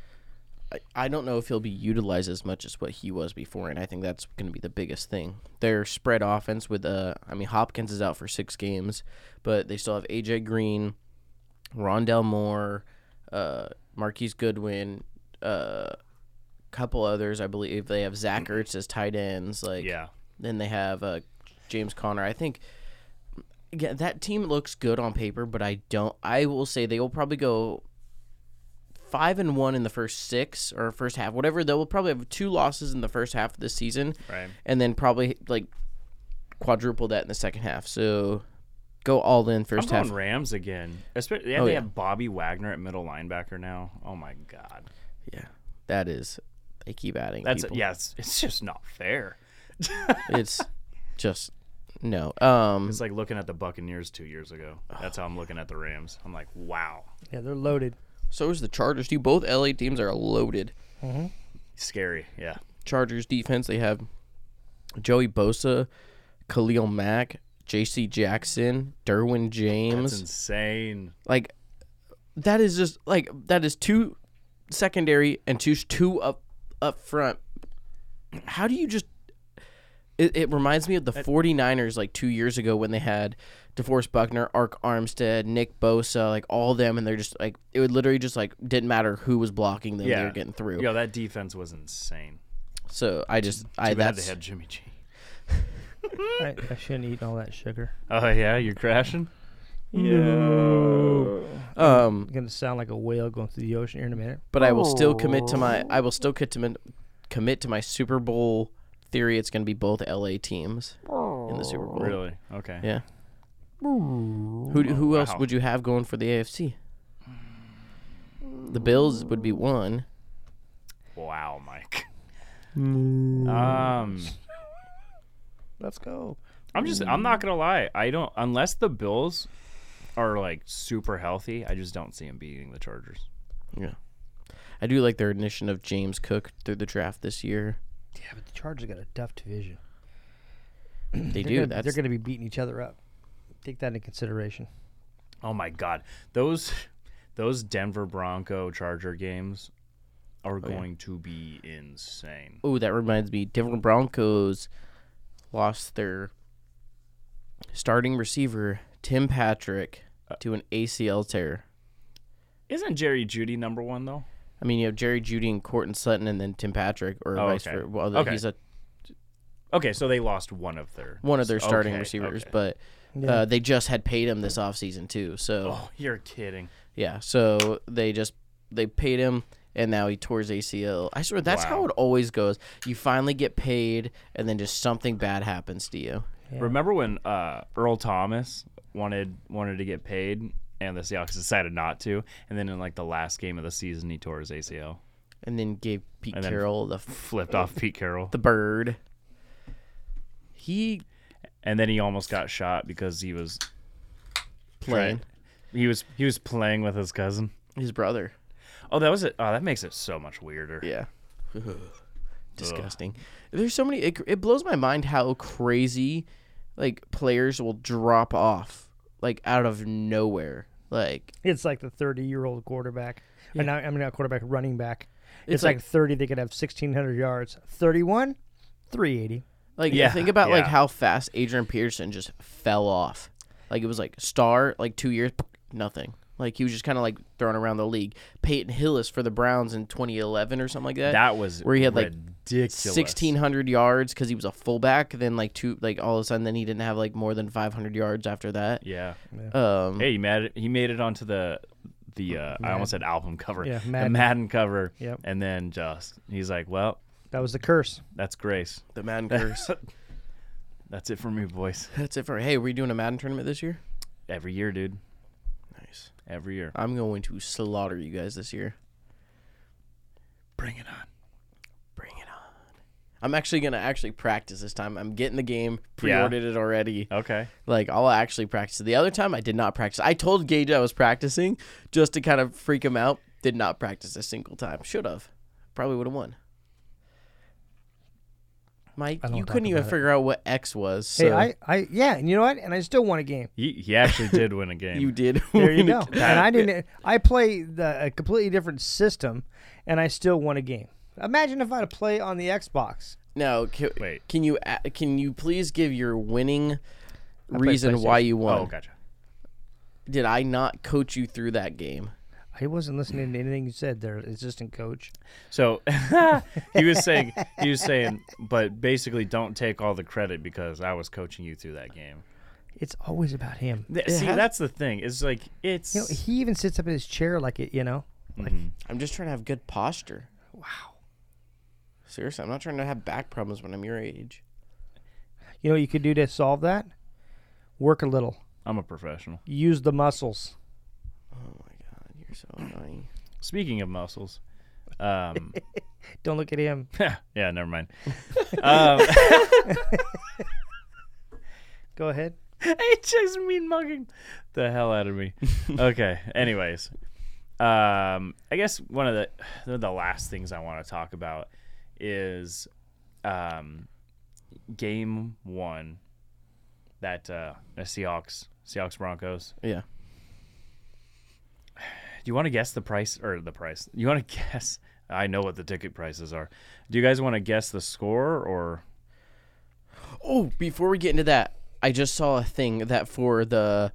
I, I don't know if he'll be utilized as much as what he was before, and I think that's going to be the biggest thing. Their spread offense with uh, I mean Hopkins is out for six games, but they still have AJ Green, Rondell Moore, uh, Marquise Goodwin, uh, couple others. I believe they have Zach Ertz as tight ends. Like
Yeah.
then they have uh, James Conner. I think yeah, that team looks good on paper, but I don't. I will say they will probably go five and one in the first six or first half, whatever. They will probably have two losses in the first half of the season,
Right.
and then probably like quadruple that in the second half. So go all in 1st
I'm
half.
going Rams again. Especially yeah,
Oh,
they
yeah.
have Bobby Wagner at middle linebacker now. Oh my god,
Yeah, that is. They keep adding.
that's
people.
yeah, it's, it's just not fair.
It's just no. Um,
It's like looking at the Buccaneers two years ago. That's how I'm looking at the Rams. I'm like, wow,
Yeah, they're loaded.
So is the Chargers. Do both LA teams are loaded.
scary. Yeah,
Chargers defense. They have Joey Bosa, Khalil Mack, J.C. Jackson, Derwin James.
it's insane.
like that is just like that is two secondary and two two up up front. How do you just? It, it reminds me of the 49ers like two years ago when they had DeForest Buckner, Ark Armstead, Nick Bosa, like all them, and they're just like it would literally just like didn't matter who was blocking them, they
Yeah,
were getting through.
Yo, that defense was insane.
So I just I
Too bad
that's
they had Jimmy G.
I, I shouldn't eat all that sugar.
Oh yeah, you're crashing.
um,
I'm gonna sound like a whale going through the ocean here in a minute.
but I will still commit to my I will still commit to my, commit to my Super Bowl theory. It's going to be both LA teams in the Super Bowl.
Really? Okay.
Oh. Yeah. Who do- who else
wow.
would you have going for the AFC? The
Mm.
Bills would be one.
Wow, Mike.
Mm.
Um.
Let's go.
I'm just I'm not gonna lie. I don't unless the Bills are like super healthy, I just don't see them beating the Chargers.
I do like their addition of James Cook through the draft this year.
Yeah, but the Chargers got a tough division.
They
They're
do.
Gonna,
That's
They're gonna be beating each other up. Take that into consideration.
Oh my god. Those <laughs> those Denver Bronco Charger games are going to be insane.
Oh, that reminds me. Denver Broncos lost their starting receiver Tim Patrick
Uh.
to an ACL tear.
Isn't Jerry Judy number one though?
I mean, you have Jerry Judy and Corton Sutton, and then Tim Patrick, or
Oh,
vice
okay.
versa. Well,
Okay.
he's a
Okay, so they lost one of their
one of their starting
okay,
receivers,
okay.
but uh, they just had paid him this offseason too. So
Oh, you're kidding.
yeah, so they just they paid him, and now he tore his ACL. I swear that's how
Wow.
it always goes. You finally get paid, and then just something bad happens to you.
Remember when uh, Earl Thomas wanted wanted to get paid and the Seahawks decided not to, and then in like the last game of the season he tore his ACL.
And then gave Pete
And then-
Carroll the f-
flipped off Pete Carroll.
the bird. He
and then he almost got shot because he was
playing
he was he was playing with his cousin.
his brother.
Oh, that was it. Oh, that makes it so much weirder. <laughs>
Yeah. Disgusting. There's so many. It, it blows my mind how crazy, like players will drop off, like out of nowhere. Like
It's like the 30 year old quarterback. Or not, I mean, not quarterback, running back. It's,
It's
like,
like-
30. They could have 1,600 yards. 31, 380.
Like
Yeah,
think about like
yeah.
how fast Adrian Peterson just fell off. Like it was like star like two years nothing. Like he was just kind of like thrown around the league. Peyton Hillis for the Browns in 2011 or something like that.
That was
where he had like
ridiculous.
sixteen hundred yards because he was a fullback. Then like two, like all of a sudden, then he didn't have like more than five hundred yards after that.
Yeah.
Um,
Hey, he made it, he made it onto the the uh, I almost said album cover.
Yeah,
The
Madden.
Madden cover.
Yep.
And then just he's like, well,
That was the curse.
that's grace.
the Madden curse.
That's it for me, boys.
That's it for. Hey, we doing a Madden tournament this year?
Every year, dude.
Nice.
Every year.
I'm going to slaughter you guys this year.
Bring it on.
Bring it on. I'm actually gonna actually practice this time. I'm getting the game, pre-ordered it already.
Okay.
Like I'll actually practice. The other time I did not practice. I told Gage I was practicing just to kind of freak him out. Did not practice a single time. Should have. Probably would have won. Mike,
don't
you
talk
couldn't even
about it.
figure out what X was. So
Hey, I, I, yeah, and you know what? And I still won a game.
He, he actually did win a <laughs> game.
you did.
There <laughs> you
win <laughs>
go.
it.
and I didn't. I play the, a completely different system, and I still won a game. Imagine if I had to play on the Xbox.
Now, can,
Wait.
can you a- can you please give your winning
play
reason why you won?
Oh, gotcha.
Did I not coach you through that game?
I wasn't listening to anything you said there, assistant coach.
So <laughs> he was saying he was saying, but basically, don't take all the credit because I was coaching you through that game.
It's always about him.
Th- See, that's the thing. It's like it's
You know, he even sits up in his chair like it. You know,
I'm just trying to have good posture. Wow. Seriously, I'm not trying to have back problems when I'm your age.
you know what you could do to solve that. Work a little.
I'm a professional.
Use the muscles.
Oh my god, you're so annoying.
Speaking of muscles, um,
Don't look at him.
yeah, never mind.
<laughs>
<laughs>
Go ahead.
it just mean mugging the hell out
<laughs>
of me. okay. Anyways, um, I guess one of the one of the last things I want to talk about is um, game one that uh, the Seahawks Seahawks Broncos.
Yeah.
Do you want to guess the price or the price? You want to <laughs> guess? I know what the ticket prices are. Do you guys want to guess the score or?
Oh, before we get into that, I just saw a thing that for the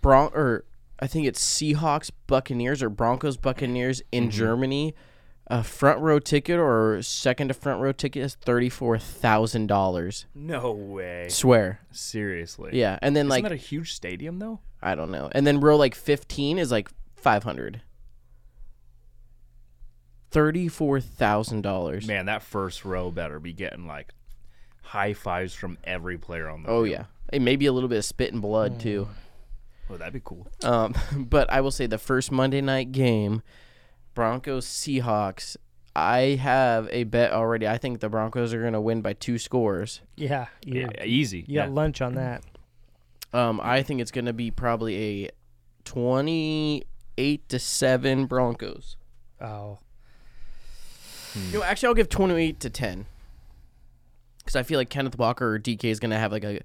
Bron or I think it's Seahawks Buccaneers or Broncos Buccaneers
Mm-hmm.
in Germany, a front row ticket or second to front row ticket is thirty four thousand dollars.
No way.
Swear.
Seriously.
Yeah, and then
Isn't
like
that a huge stadium though?
I don't know, and then row like fifteen is like five hundred. Thirty-four thousand dollars.
Man, that first row better be getting like high fives from every player on the.
Oh yeah, and maybe a little bit of spit and blood too.
oh that'd be cool.
Um, <laughs> but I will say the first Monday night game, Broncos Seahawks. I have a bet already. I think the Broncos are going to win by two scores.
Yeah. You,
Yeah, easy.
you got lunch on that.
Um, I think it's going to be probably a twenty-eight to seven Broncos.
Oh.
No, actually, I'll give twenty-eight to ten. Because I feel like Kenneth Walker or DK is going to have like a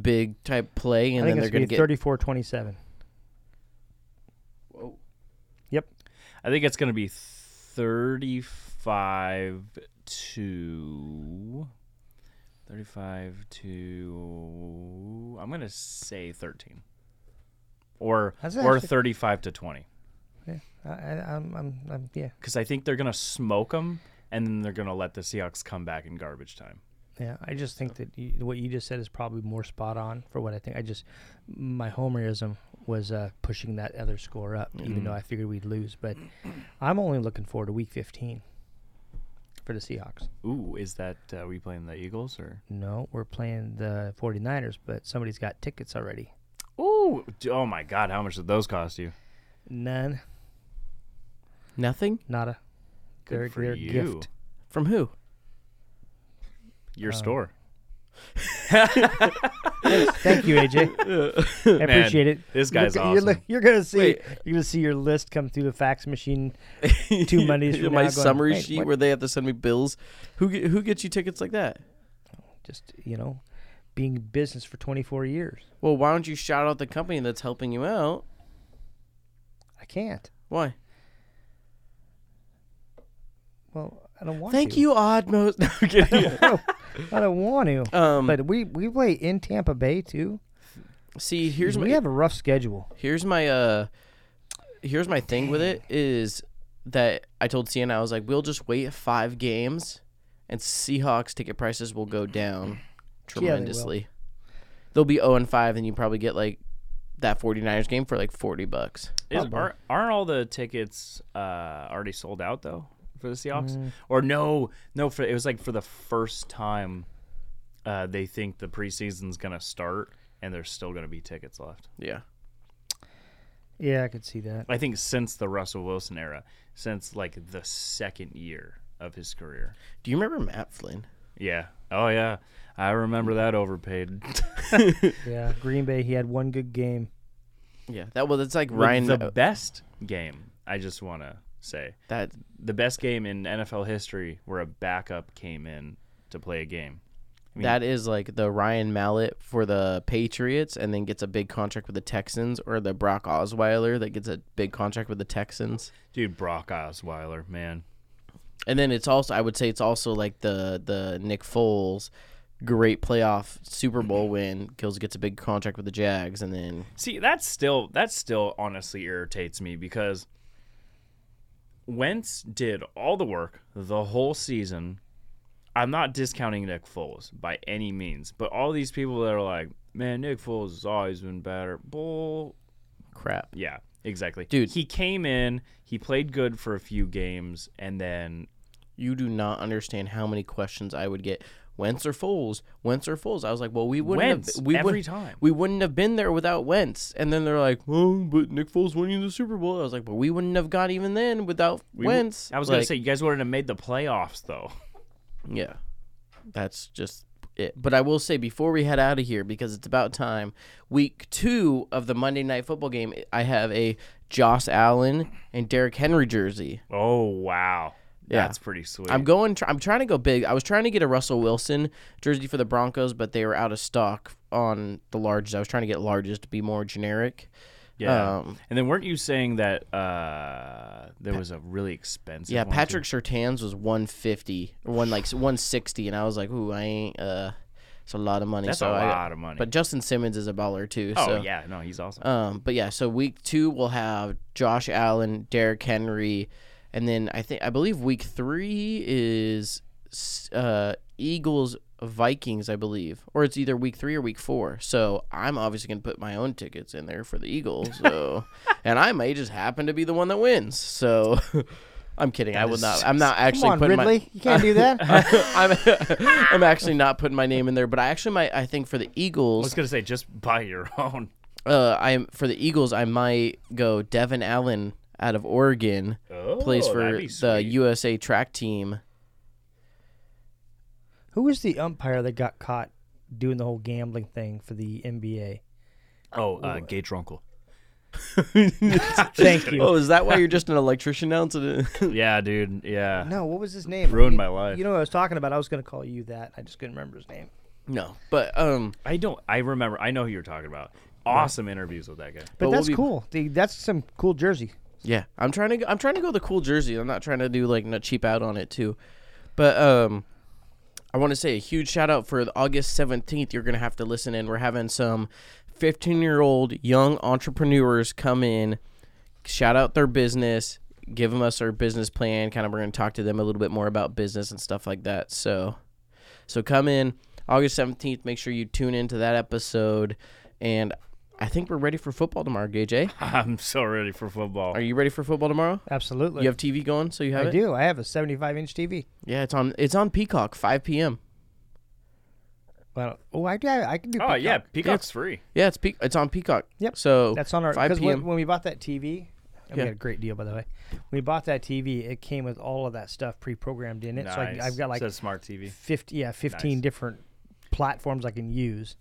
big type play, and
I think
then
it's
they're going
gonna
to
be
get
34 27.
Whoa.
Yep.
I think it's gonna be thirty-five to. 35 to I'm gonna say 13, or
That's
or
actually-
35 to 20,
I, I, I'm, I'm, I'm, yeah.
because I think they're gonna smoke them, and then they're gonna let the Seahawks come back in garbage time.
Yeah, I just think that you, what you just said is probably more spot on for what I think. I just my homerism was uh, pushing that other score up, even though I figured we'd lose. But I'm only looking forward to Week 15 for the Seahawks.
Ooh, is that uh, we playing the Eagles or?
No, we're playing the 49ers, but somebody's got tickets already.
Ooh, d- oh my God! How much did those cost you?
None,
nothing
not a
Good
They're-
for
they're
you.
gift.
from who?
Your store.
Thank you,
<laughs>
AJ. I
Man,
appreciate it.
This guy's
you're,
awesome.
You're, li- you're gonna see. You're gonna see your list come through the fax machine
<laughs>
two Mondays from
my
now. going,
summary
"Hey,
sheet
what-
where they have to send me bills. Who ge- who gets you tickets like that?
just you know, being in business for 24 years.
Well, why don't you shout out the company that's helping you out?
I can't.
Why?
Well, I don't want.
Thank
to. <laughs>
you, Oddmost. <laughs> No, I'm kidding.
I don't want to.
um,
but we we play in Tampa Bay too.
see, here's
we
my
have a rough schedule.
here's my uh here's my thing with it is that I told Sienna I was like, we'll just wait five games and Seahawks ticket prices will go down
they will.
tremendously. they will be 0 and 5 and you probably get like that 49ers game for like 40 bucks.
Is, are, aren't all the tickets uh, already sold out though for the Seahawks? Or no, no, for it was like for the first time uh, they think the preseason's gonna start and there's still gonna be tickets left.
Yeah.
Yeah, I could see that.
I think since the Russell Wilson era, since like the second year of his career.
Do you remember Matt Flynn?
Yeah. Oh yeah, I remember that overpaid.
Yeah, Green Bay. He had one good game.
Yeah. That well that's like Ryan uh,
the best game. I just wanna say
that
the best game in NFL history where a backup came in to play a game.
that is like the Ryan Mallett for the Patriots and then gets a big contract with the Texans or the Brock Osweiler that gets a big contract with the Texans.
Dude, Brock Osweiler, man.
And then it's also I would say it's also like the the Nick Foles great playoff Super Bowl win. Kills gets a big contract with the Jags and then
See, that's still that still honestly irritates me because Wentz did all the work the whole season. I'm not discounting Nick Foles by any means, but all these people that are like, "Man, Nick Foles has always been better." Bull,
crap.
yeah, exactly,
Dude.
He came in, he played good for a few games, and then
You do not understand how many questions I would get. Wentz or Foles? Wentz or Foles? I was like, well, we wouldn't
Wentz,
have, we
every
wouldn't-
time.
we wouldn't have been there without Wentz. And then they're like, well, but Nick Foles won you the Super Bowl. I was like, but we wouldn't have got even then without
we,
Wentz.
I was gonna
Like,
say you guys wouldn't have made the playoffs though. <laughs>
Yeah. That's just it. But I will say before we head out of here, because it's about time, week two of the Monday night football game, I have a Josh Allen and Derrick Henry jersey.
Oh wow,
Yeah.
that's pretty sweet.
I'm going. Tr- I'm trying to go big. I was trying to get a Russell Wilson jersey for the Broncos, but they were out of stock on the larges. I was trying to get larges to be more generic.
Yeah.
Um,
and then weren't you saying that uh, there was a really expensive?
Yeah,
one, too?
Patrick Sertan's was 150 or one like 160, and I was like, "Ooh, I ain't. Uh, it's a lot of money.
That's
so
a
I-
lot of money.
But Justin Simmons is a baller too.
Oh
so.
yeah, no, he's awesome.
Um, but yeah, so week two we'll have Josh Allen, Derrick Henry, and then I think I believe week three is s- uh, Eagles Vikings, I believe, or it's either week three or week four. So I'm obviously gonna put my own tickets in there for the
<laughs>
Eagles. So, and I may just happen to be the one that wins. So. <laughs> I'm kidding. I will not. I'm not actually
Come on,
putting
Ridley.
my.
You can't do
<laughs>
that.
<laughs> I'm, <laughs> I'm actually not putting my name in there, but I actually might. I think for the
I
Eagles,
was gonna say just <laughs> buy your own. <laughs>
uh, I am for the Eagles. I might go Devin Allen out of Oregon
Oh,
plays for
that'd be
the
sweet.
USA track team.
Who was the umpire that got caught doing the whole gambling thing for the
<laughs>
NBA?
Oh, uh,
<laughs>
Gage Runkle.
Thank you.
Oh, is that why you're just an electrician now? To the-
Yeah, dude. Yeah.
No, what was his name?
Ruined
You-
my life.
You know what I was talking about? I was going to call you that. I just couldn't remember his name.
<laughs> no, but um,
I don't. I remember. I know who you're talking about. Awesome interviews with that guy.
But,
we'll
that's
be-
cool. Dude, that's some cool jersey.
yeah, I'm trying to go, I'm trying to go the cool jersey. I'm not trying to do like not cheap out on it too, but um. I want to say a huge shout out for the August 17th. You're going to have to listen in. We're having some 15 year old young entrepreneurs come in, shout out their business, give them us their business plan. Kind of, we're going to talk to them a little bit more about business and stuff like that. So, so come in August 17th. Make sure you tune into that episode. And I think we're ready for football tomorrow, Gage. eh?
<laughs> I'm so ready for football.
Are you ready for football tomorrow?
Absolutely.
You have TV going, so you have
I
it.
do. I have a 75 inch TV.
Yeah, it's on. It's on Peacock, 5 p.m.
Well, oh, I do. I can do.
oh yeah,
Peacock.
Peacock's free.
Yeah, it's pe- It's on Peacock.
Yep.
So
That's on our
5
because
p.m.
when, when we bought that TV,
Yeah.
and we had a great deal by the way. When we bought that TV, it came with all of that stuff pre-programmed in it. So I, I've got like
Says smart TV.
fifty, yeah, fifteen
Nice.
different platforms I can use.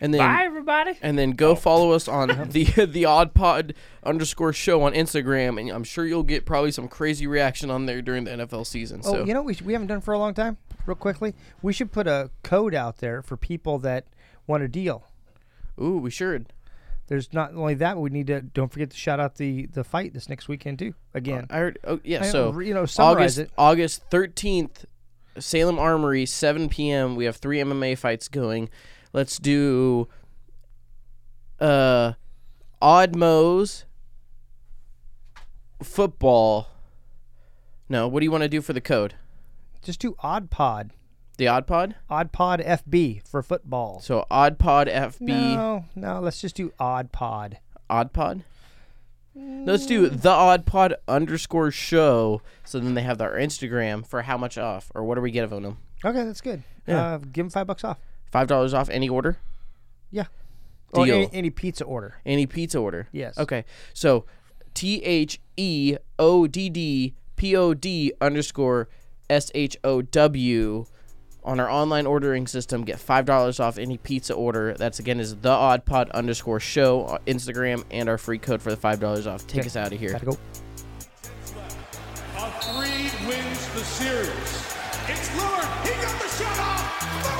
and then
Bye everybody.
and then
Oh.
go follow us
<laughs>
on the the odd pod underscore show on Instagram, and I'm sure you'll get probably some crazy reaction on there during the NFL season.
Oh,
so
you know what we sh- we haven't done for a long time. Real quickly, we should put a code out there for people that want a deal.
ooh, we should.
There's not only that, but we need to don't forget to shout out the the fight this next weekend too. Again,
I heard. Oh, yeah.
I don't
so
re- you know,
August
summarize it.
August 13th, Salem Armory, 7 p.m. We have three MMA fights going. Let's do uh Odd Mo's football. No, what do you want to do for the code?
Just do Odd Pod.
The Odd Pod.
Odd Pod FB for football.
So Odd Pod FB.
No, no, let's just do Odd Pod.
Odd Pod. No, let's do the Odd Pod underscore show. So then they have their Instagram for how much off or what do we get on them?
Okay, that's good. Uh, give them five bucks off.
Five dollars off any order,
Yeah. Or
Deal.
any, any pizza order.
any pizza order.
Yes.
Okay. So T H E O D D P O D underscore S H O W on our online ordering system. Get five dollars off any pizza order. That's again is the Odd Pod underscore show on Instagram and our free code for the five dollars off. Take us out of here.
Gotta go.
A three wins the series. Oh
It's Lillard. He got the shot off. Lillard.